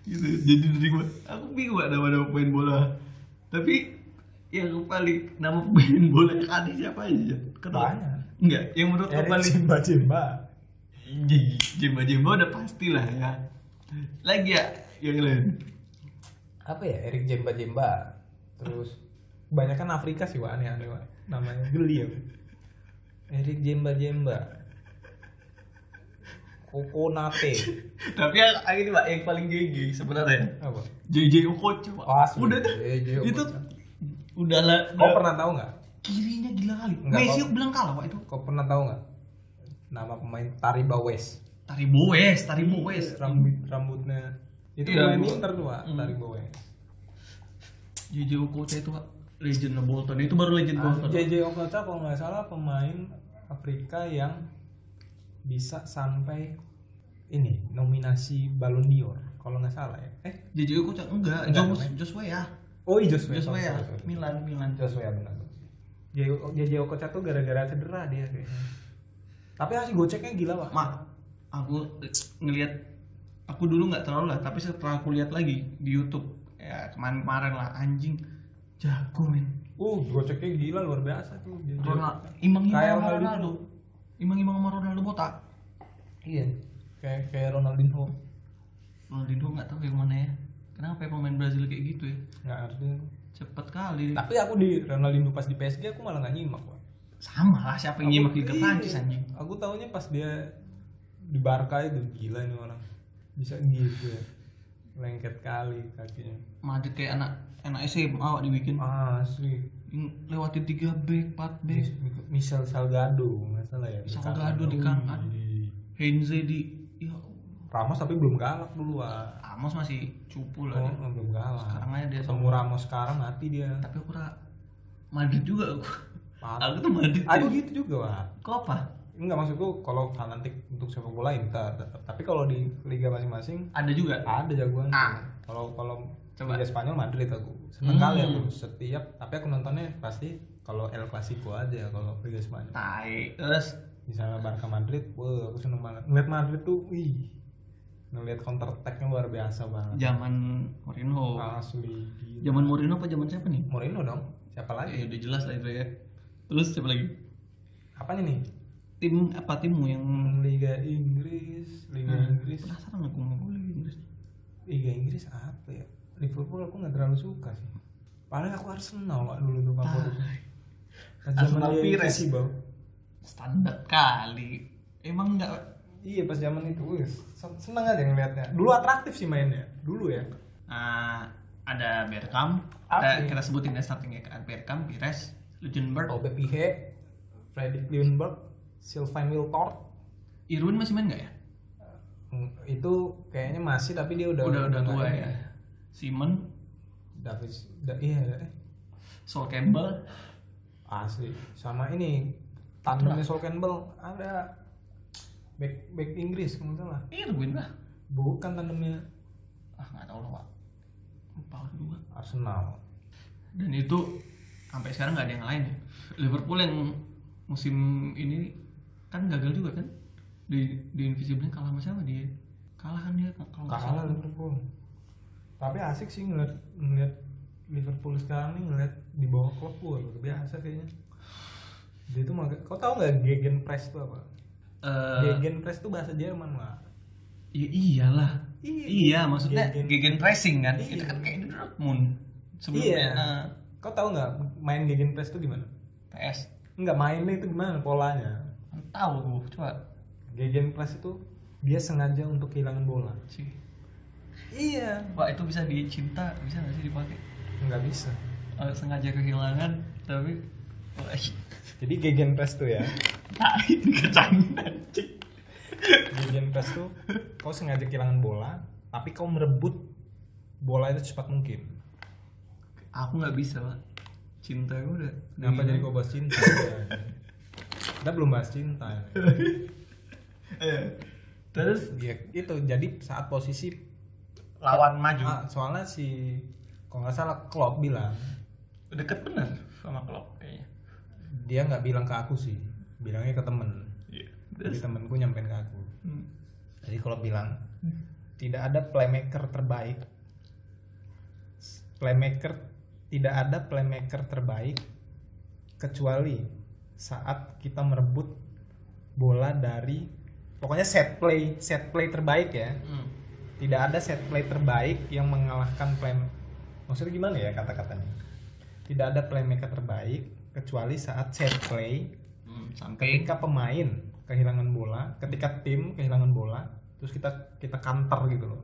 Speaker 1: gitu jadi drink water aku bingung gak nama nama pemain bola tapi yang paling nama pemain bola yang aneh siapa aja kenapa
Speaker 2: Banyak.
Speaker 1: enggak yang menurut aku paling
Speaker 2: Jimba Jimba.
Speaker 1: jemba jemba udah pasti lah ya lagi ya yang lain
Speaker 2: Apa ya? Erik Jimba Jimba. Terus kebanyakan kan Afrika sih wah aneh aneh wah. Namanya geli ya. Erik Jimba Jimba. Kokonate.
Speaker 1: tapi yang yang ini pak yang paling gigi sebenarnya
Speaker 2: Apa?
Speaker 1: JJ Okocha pak
Speaker 2: Oh, asli.
Speaker 1: udah tuh
Speaker 2: JJ Okocha.
Speaker 1: itu udah lah
Speaker 2: Kau pernah tahu nggak?
Speaker 1: kirinya gila kali
Speaker 2: Enggak,
Speaker 1: Messi
Speaker 2: Pak.
Speaker 1: bilang kalah pak itu
Speaker 2: Kau pernah tahu nggak? Nama pemain Tariba West.
Speaker 1: tari boes tari boes
Speaker 2: rambut rambutnya itu
Speaker 1: Iya,
Speaker 2: pemain
Speaker 1: gua-
Speaker 2: Inter tuh Pak, dari bawah
Speaker 1: JJ Okocha itu pak legend Bolton itu baru legend Bolton
Speaker 2: JJ Okocha kalau nggak salah pemain Afrika yang bisa sampai ini nominasi Ballon d'Or kalau nggak salah ya eh
Speaker 1: JJ Okocha enggak
Speaker 2: Enggak,
Speaker 1: Jos
Speaker 2: namanya.
Speaker 1: Josue ya
Speaker 2: oh iya Joshua
Speaker 1: Josue
Speaker 2: sorry,
Speaker 1: ya
Speaker 2: sorry, sorry.
Speaker 1: Milan Milan
Speaker 2: Joshua ya, benar JJ O- JJ Okocha tuh gara-gara cedera dia kayaknya tapi hasil goceknya gila pak
Speaker 1: mak aku eh, ngelihat aku dulu nggak terlalu lah tapi setelah aku lihat lagi di YouTube ya kemarin-kemarin lah anjing jago men
Speaker 2: uh goceknya gila luar biasa tuh JJ
Speaker 1: Ronaldo
Speaker 2: Okocha.
Speaker 1: imang imang
Speaker 2: Kayak
Speaker 1: sama
Speaker 2: Ronaldinho.
Speaker 1: Ronaldo imang imang sama Ronaldo botak
Speaker 2: iya kayak kayak Ronaldinho
Speaker 1: Ronaldinho nggak tahu yang mana ya kenapa ya pemain Brazil kayak gitu ya
Speaker 2: nggak ngerti
Speaker 1: cepet kali
Speaker 2: Tapi aku di Ronaldinho pas di PSG aku malah gak nyimak, Pak.
Speaker 1: sama lah siapa yang nyimak Liga
Speaker 2: Iya.
Speaker 1: Prancis anjing
Speaker 2: Aku tahunya pas dia di Barca itu gila nih orang. Bisa gitu. ya. Lengket kali kakinya.
Speaker 1: Madrid kayak anak anak SMA awak dibikin
Speaker 2: Ah. Asli.
Speaker 1: lewatin 3 back 4 back
Speaker 2: Iya. Michel Salgado, nggak salah ya. di
Speaker 1: Iya. Salgado
Speaker 2: kanan.
Speaker 1: di kanan.
Speaker 2: Wih.
Speaker 1: Heinze di ya Allah.
Speaker 2: Ramos tapi belum galak dulu, Pak.
Speaker 1: Amos masih cupu lah
Speaker 2: Oh,
Speaker 1: dia.
Speaker 2: belum galak.
Speaker 1: sekarang aja dia
Speaker 2: Ketemu Ramos sekarang mati dia.
Speaker 1: tapi aku ra Madrid juga aku
Speaker 2: Mati.
Speaker 1: aku tuh Madrid
Speaker 2: Aku
Speaker 1: ya.
Speaker 2: gitu juga, Pak.
Speaker 1: kok apa
Speaker 2: Enggak maksudku kalau fanatik untuk sepak bola Inter, tetap. tapi kalau di liga masing-masing
Speaker 1: ada juga
Speaker 2: ada jagoan tuh.
Speaker 1: Ah.
Speaker 2: kalau kalau
Speaker 1: Coba.
Speaker 2: Liga Spanyol Madrid aku seneng
Speaker 1: Hmm.
Speaker 2: kali aku setiap tapi aku nontonnya pasti kalau El Clasico aja kalau Liga Spanyol
Speaker 1: tai terus
Speaker 2: misalnya Barca Madrid wah aku seneng banget ngeliat Madrid tuh wih ngeliat counter attack-nya luar biasa banget
Speaker 1: zaman
Speaker 2: Ah.
Speaker 1: Mourinho
Speaker 2: asli gila.
Speaker 1: zaman Mourinho apa zaman siapa nih
Speaker 2: Mourinho dong siapa lagi
Speaker 1: ya udah jelas lah itu ya terus siapa lagi
Speaker 2: apanya nih
Speaker 1: tim apa timmu yang
Speaker 2: Liga Inggris Liga
Speaker 1: Hmm.
Speaker 2: Inggris
Speaker 1: penasaran aku mau gue lagi Inggris
Speaker 2: Liga Inggris apa ya Liverpool aku nggak terlalu suka sih paling aku Arsenal Wak, dulu tuh favoritnya Pas zaman
Speaker 1: Ah, Arsenal
Speaker 2: dia
Speaker 1: Pires.
Speaker 2: Messi, Bang.
Speaker 1: standar kali emang enggak
Speaker 2: Iya pas zaman itu, wih, sen- seneng aja ngeliatnya. Dulu atraktif sih mainnya, dulu ya.
Speaker 1: Ah, ada Bergkamp
Speaker 2: Apa
Speaker 1: ada,
Speaker 2: ini?
Speaker 1: kita sebutin ya startingnya kan Bergkamp, Pires, Lugenberg
Speaker 2: Obe Pihe, Fredrik Ljungberg, Sylvain Wiltord,
Speaker 1: Irwin masih main nggak ya?
Speaker 2: Hmm, itu kayaknya masih tapi dia udah
Speaker 1: udah udah
Speaker 2: nggak
Speaker 1: tua
Speaker 2: ini
Speaker 1: ya. Simon,
Speaker 2: David, da- iya eh.
Speaker 1: Sol Campbell,
Speaker 2: asli. Sama ini tandemnya Sol Campbell ada back back Inggris kalau nggak salah.
Speaker 1: Irwin lah.
Speaker 2: Bukan tandemnya
Speaker 1: Ah nggak tahu lah pak. Lupa dua.
Speaker 2: Arsenal.
Speaker 1: Dan itu sampai sekarang nggak ada yang lain ya. Liverpool yang musim ini kan gagal juga kan di di Invisible kalah sama siapa dia? Kalah kan dia kalau nggak
Speaker 2: Kalah
Speaker 1: salah.
Speaker 2: Liverpool. Tapi asik sih ngeliat ngeliat Liverpool sekarang nih ngeliat di bawah klub wah luar biasa kayaknya. Dia tuh maka, kau tahu nggak gegen press tuh apa?
Speaker 1: Eh,
Speaker 2: Gegen press tuh bahasa Jerman lah.
Speaker 1: Ya iyalah.
Speaker 2: Iya,
Speaker 1: Iya, maksudnya
Speaker 2: gegen-
Speaker 1: gegen, pressing kan.
Speaker 2: Iya.
Speaker 1: Itu kan kayak di Dortmund sebelumnya
Speaker 2: Iya.
Speaker 1: eh,
Speaker 2: Kau tahu nggak main gegen press tuh gimana?
Speaker 1: PS.
Speaker 2: Nggak mainnya itu gimana polanya?
Speaker 1: Tahu gua, coba
Speaker 2: Gegen press itu dia sengaja untuk kehilangan bola.
Speaker 1: sih.
Speaker 2: Iya.
Speaker 1: Wah, itu bisa dicinta, bisa nggak sih dipakai?
Speaker 2: Nggak bisa.
Speaker 1: Eh, sengaja kehilangan tapi
Speaker 2: Jadi gegenpress tuh ya.
Speaker 1: Tai kecanda anjing.
Speaker 2: Gegenpress tuh kau sengaja kehilangan bola, tapi kau merebut bola itu secepat mungkin.
Speaker 1: Aku nggak bisa, Pak. Cinta gue udah.
Speaker 2: Kenapa Nah, jadi kau bahas cinta? ya? Kita belum bahas cinta. ya.
Speaker 1: Eh, Terus
Speaker 2: Ya, itu jadi saat posisi
Speaker 1: lawan maju.
Speaker 2: ah, soalnya si kalau nggak salah Klopp bilang
Speaker 1: Deket bener sama klub kayaknya.
Speaker 2: dia nggak bilang ke aku sih, bilangnya ke temen.
Speaker 1: Iya.
Speaker 2: Jadi temenku nyampein ke aku.
Speaker 1: Hmm.
Speaker 2: Jadi kalau bilang tidak ada playmaker terbaik, playmaker tidak ada playmaker terbaik kecuali saat kita merebut bola dari pokoknya set play set play terbaik ya.
Speaker 1: Hmm.
Speaker 2: Tidak ada set play terbaik yang mengalahkan play maksudnya gimana ya kata-katanya? Tidak ada playmaker terbaik kecuali saat set play
Speaker 1: Hmm, sampai
Speaker 2: ketika pemain kehilangan bola, ketika tim kehilangan bola, terus kita kita kanter gitu loh.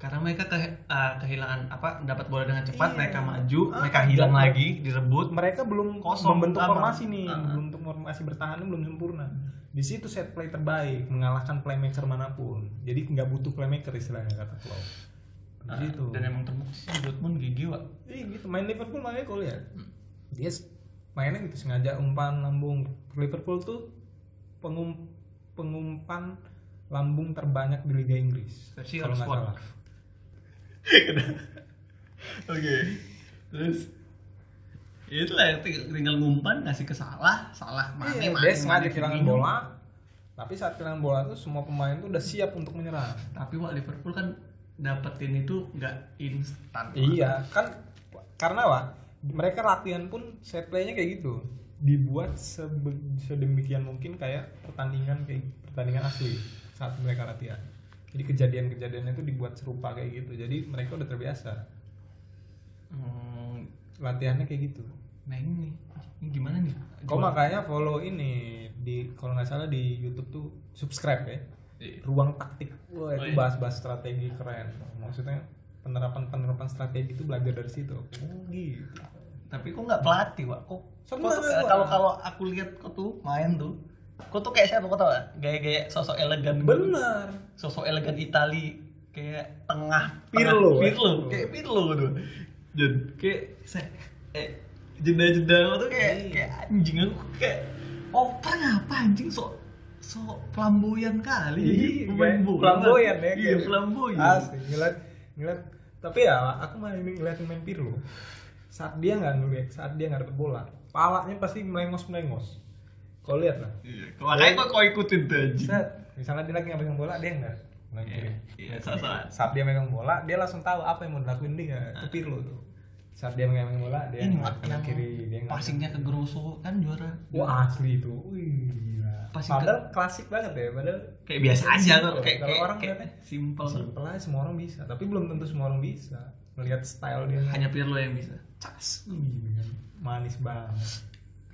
Speaker 1: karena mereka ke- eh, kehilangan apa dapat bola dengan cepat
Speaker 2: Iya.
Speaker 1: mereka maju
Speaker 2: Ah,
Speaker 1: mereka hilang
Speaker 2: iya.
Speaker 1: lagi direbut
Speaker 2: Mereka belum
Speaker 1: Kosong,
Speaker 2: membentuk
Speaker 1: sama.
Speaker 2: formasi nih,
Speaker 1: Ah.
Speaker 2: membentuk formasi bertahan belum sempurna. Di situ set play terbaik mengalahkan playmaker manapun. Jadi nggak butuh playmaker istilahnya kata Klopp.
Speaker 1: Ah,
Speaker 2: Di situ.
Speaker 1: dan emang terbukti sih Dortmund gigi pak
Speaker 2: Iya gitu, main Liverpool makanya kau lihat. Dia s- mainnya gitu sengaja umpan lambung. Liverpool tuh pengum pengumpan lambung terbanyak di Liga Inggris.
Speaker 1: Versi
Speaker 2: kalau nggak
Speaker 1: Oxford.
Speaker 2: salah.
Speaker 1: oke terus ya itulah ya, ting- tinggal ngumpan ngasih ke salah salah mana
Speaker 2: Iya,
Speaker 1: mana
Speaker 2: dia sengaja kehilangan bola. Tapi saat kehilangan bola tuh semua pemain tuh udah siap untuk menyerang.
Speaker 1: tapi pak Liverpool kan dapetin itu nggak instan Pak.
Speaker 2: Iya, kan karena Wak, mereka latihan pun set play-nya kayak gitu. Dibuat sebe- sedemikian mungkin kayak pertandingan kayak pertandingan asli saat mereka latihan. Jadi kejadian-kejadiannya itu dibuat serupa kayak gitu. Jadi mereka udah terbiasa.
Speaker 1: hmm,
Speaker 2: Latihannya kayak gitu.
Speaker 1: nah ini ini gimana nih
Speaker 2: Kau makanya follow ini di kalau nggak salah di YouTube tuh subscribe ya.
Speaker 1: Iya.
Speaker 2: Ruang taktik. Wah,
Speaker 1: Oh,
Speaker 2: itu
Speaker 1: iya.
Speaker 2: bahas-bahas strategi keren. Maksudnya penerapan-penerapan strategi itu belajar dari situ. Oh, gitu.
Speaker 1: tapi kok nggak pelatih pak kok
Speaker 2: Seneng
Speaker 1: kok tuh
Speaker 2: gua.
Speaker 1: kalau kalau aku lihat kok tuh main tuh kok tuh kayak siapa kok tau gak gaya-gaya sosok elegan gitu.
Speaker 2: Benar.
Speaker 1: sosok elegan Itali kayak tengah
Speaker 2: Pirlo. eh.
Speaker 1: tengah, Pirlo kayak Pirlo tuh jadi kayak se- eh, jeda-jeda tuh kayak
Speaker 2: Iya.
Speaker 1: kayak anjing aku kayak oper apa anjing sok sok flamboyan kali jadi
Speaker 2: Iya,
Speaker 1: pemain
Speaker 2: kayak
Speaker 1: bola.
Speaker 2: flamboyan ya,
Speaker 1: iya
Speaker 2: kayak.
Speaker 1: flamboyan
Speaker 2: Asli ngeliat ngeliat tapi ya aku malah ini ngeliatin main Pirlo saat dia nggak ngeliat saat dia nggak dapet bola palanya pasti melengos melengos kau lihat lah
Speaker 1: Iya, makanya kok kau ikutin tuh anjing
Speaker 2: Set, misalnya dia lagi nggak megang bola dia nggak nggak kiri.
Speaker 1: iya sosok
Speaker 2: saat dia megang bola dia langsung tahu apa yang mau dilakuin dia itu Pirlo tuh saat dia megang bola dia
Speaker 1: ini
Speaker 2: nggak kanan
Speaker 1: yang
Speaker 2: kiri dia Iya. nggak
Speaker 1: passingnya ke Grosso kan juara
Speaker 2: wah asli itu wih gila
Speaker 1: Passing
Speaker 2: padahal klasik banget ya padahal
Speaker 1: kayak biasa aja
Speaker 2: Simple.
Speaker 1: kok kayak
Speaker 2: Kalau
Speaker 1: kayak,
Speaker 2: orang
Speaker 1: kayak
Speaker 2: ngeliatnya,
Speaker 1: simple
Speaker 2: simple aja semua orang bisa tapi belum tentu semua orang bisa melihat style dia
Speaker 1: hanya Pirlo yang bisa
Speaker 2: cas Ih, manis banget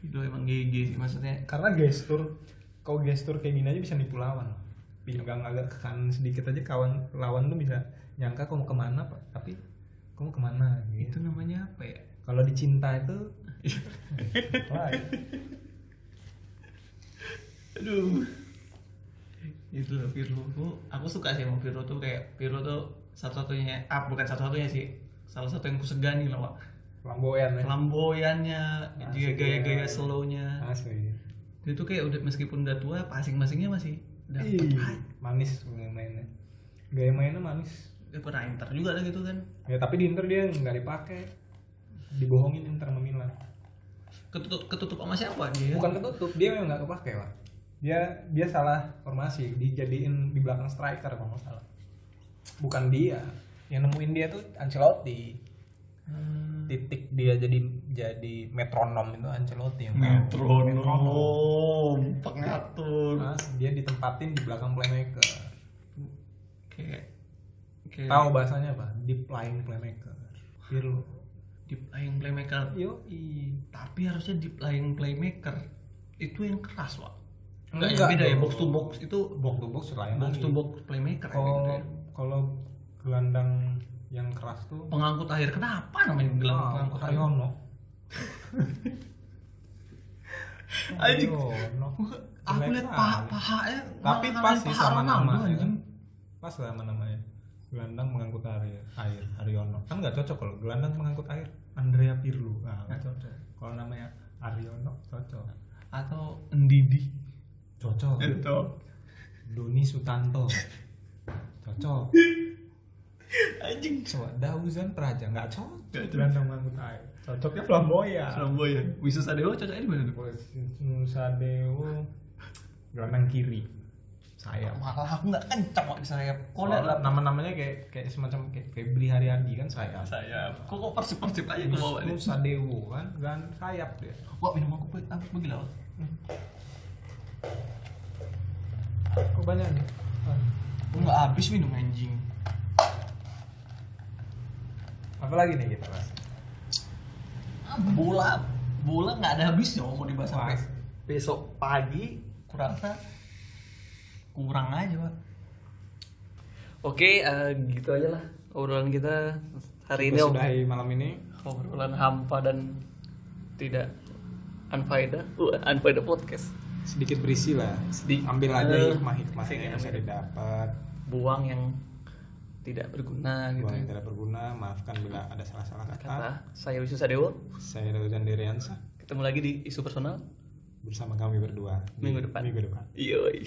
Speaker 1: Pirlo emang GG sih maksudnya
Speaker 2: karena gestur kau gestur kayak gini aja bisa nipu lawan pinggang agak ke kanan sedikit aja kawan lawan tuh bisa nyangka kamu kemana pak tapi kamu kemana
Speaker 1: itu
Speaker 2: gitu
Speaker 1: namanya apa ya
Speaker 2: kalau dicinta itu wah
Speaker 1: aduh itu loh Pirlo aku, aku suka sih sama Pirlo tuh kayak Pirlo tuh satu-satunya ah bukan satu-satunya sih salah satu yang kusegani loh pak
Speaker 2: flamboyan ya
Speaker 1: flamboyannya juga
Speaker 2: Asik,
Speaker 1: gaya-gaya
Speaker 2: iya.
Speaker 1: slownya
Speaker 2: asli
Speaker 1: dia tuh kayak udah meskipun udah tua masing-masingnya masih dapet Ah,
Speaker 2: Ih,
Speaker 1: aja.
Speaker 2: manis gaya mainnya gaya mainnya manis
Speaker 1: dia pernah inter juga lah gitu kan
Speaker 2: ya tapi di Inter dia nggak dipakai dibohongin Inter sama Milan
Speaker 1: ketutup ketutup sama siapa dia
Speaker 2: bukan ketutup dia memang nggak kepake lah dia dia salah formasi dijadiin di belakang striker kalau nggak salah bukan dia yang nemuin dia tuh Ancelotti
Speaker 1: Hmm.
Speaker 2: titik dia jadi jadi metronom itu Ancelotti yang tahu.
Speaker 1: Hmm. metronom pengatur
Speaker 2: Nah, dia ditempatin di belakang playmaker
Speaker 1: kayak kayak
Speaker 2: tahu bahasanya apa deep lying playmaker Pirlo
Speaker 1: deep lying playmaker
Speaker 2: yo
Speaker 1: tapi harusnya deep lying playmaker itu yang keras pak enggak,
Speaker 2: Enggak
Speaker 1: yang beda ya
Speaker 2: dong.
Speaker 1: box to box itu
Speaker 2: box to box lain
Speaker 1: box
Speaker 2: lagi.
Speaker 1: to box playmaker ya,
Speaker 5: Oh.
Speaker 1: gitu
Speaker 2: kalau
Speaker 1: ya.
Speaker 2: kalau gelandang yang keras tuh
Speaker 1: pengangkut air kenapa namanya gelang
Speaker 2: Ah,
Speaker 1: pengangkut air
Speaker 2: Haryono
Speaker 6: Anjing.
Speaker 2: Ayo,
Speaker 5: Gua- Aku
Speaker 2: Jelek
Speaker 5: lihat paha
Speaker 2: kali.
Speaker 5: pahanya
Speaker 2: tapi
Speaker 5: malah
Speaker 2: pas
Speaker 5: ngalahin
Speaker 2: sih
Speaker 5: paha
Speaker 2: sama
Speaker 5: Ronaldo,
Speaker 2: nama ya
Speaker 5: anjing.
Speaker 2: kan? pas lah sama namanya gelandang mengangkut air air Ariono kan nggak cocok kalau gelandang mengangkut air Andrea Pirlo nah, nggak cocok kalau namanya Ariono cocok
Speaker 5: Atau Ndidi.
Speaker 2: cocok
Speaker 5: Gitu.
Speaker 6: Itu.
Speaker 2: Doni Sutanto cocok
Speaker 6: Anjing.
Speaker 2: coba Dauzan Praja nggak cocok
Speaker 6: Nggak cocok.
Speaker 2: gelandang mengangkut air cocoknya Flamboya
Speaker 6: Surabaya. Wisus Adewa cocoknya di mana tuh?
Speaker 2: Nusa Dewo gelandang kiri
Speaker 5: Ya,
Speaker 2: sayap
Speaker 5: Malah aku nggak kencang kok di sayap. Kok lihat
Speaker 2: Soalnya nama-namanya kayak kayak semacam kayak Febri Haryadi kan sayap.
Speaker 6: Saya. Kok kok persip persip aja ke
Speaker 2: Terus
Speaker 6: bawah nih.
Speaker 2: terus Sadewo kan kan sayap dia.
Speaker 5: Wah minum aku pahit aku pergi lah.
Speaker 2: Kok banyak nih? Ah.
Speaker 5: Aku nggak habis minum anjing.
Speaker 2: Apalagi nih kita bahas?
Speaker 5: Ah, Bola bola nggak ada habisnya mau dibahas sampai
Speaker 2: Mas.
Speaker 5: besok pagi. Kurasa kurang aja pak.
Speaker 1: Oke, eh, gitu aja lah obrolan kita hari ini.
Speaker 2: Kita sudahi malam ini.
Speaker 1: Obrolan hampa dan tidak unfaedah. Uh, unfaedah podcast.
Speaker 2: Sedikit berisi lah.
Speaker 1: Sedikit.
Speaker 2: Ambil aja
Speaker 1: Eh,
Speaker 2: hikmah-hikmahnya
Speaker 1: sedikit
Speaker 2: yang bisa
Speaker 1: ambil.
Speaker 2: didapat.
Speaker 1: Buang yang tidak berguna gitu.
Speaker 2: Buang yang tidak berguna, maafkan bila ada salah-salah kata.
Speaker 1: Kata saya Wisus Sadewo.
Speaker 2: Saya Dauzan Deriansa
Speaker 1: Ketemu lagi di isu personal
Speaker 2: bersama kami berdua di
Speaker 1: minggu depan.
Speaker 2: Minggu depan.
Speaker 1: Yoi.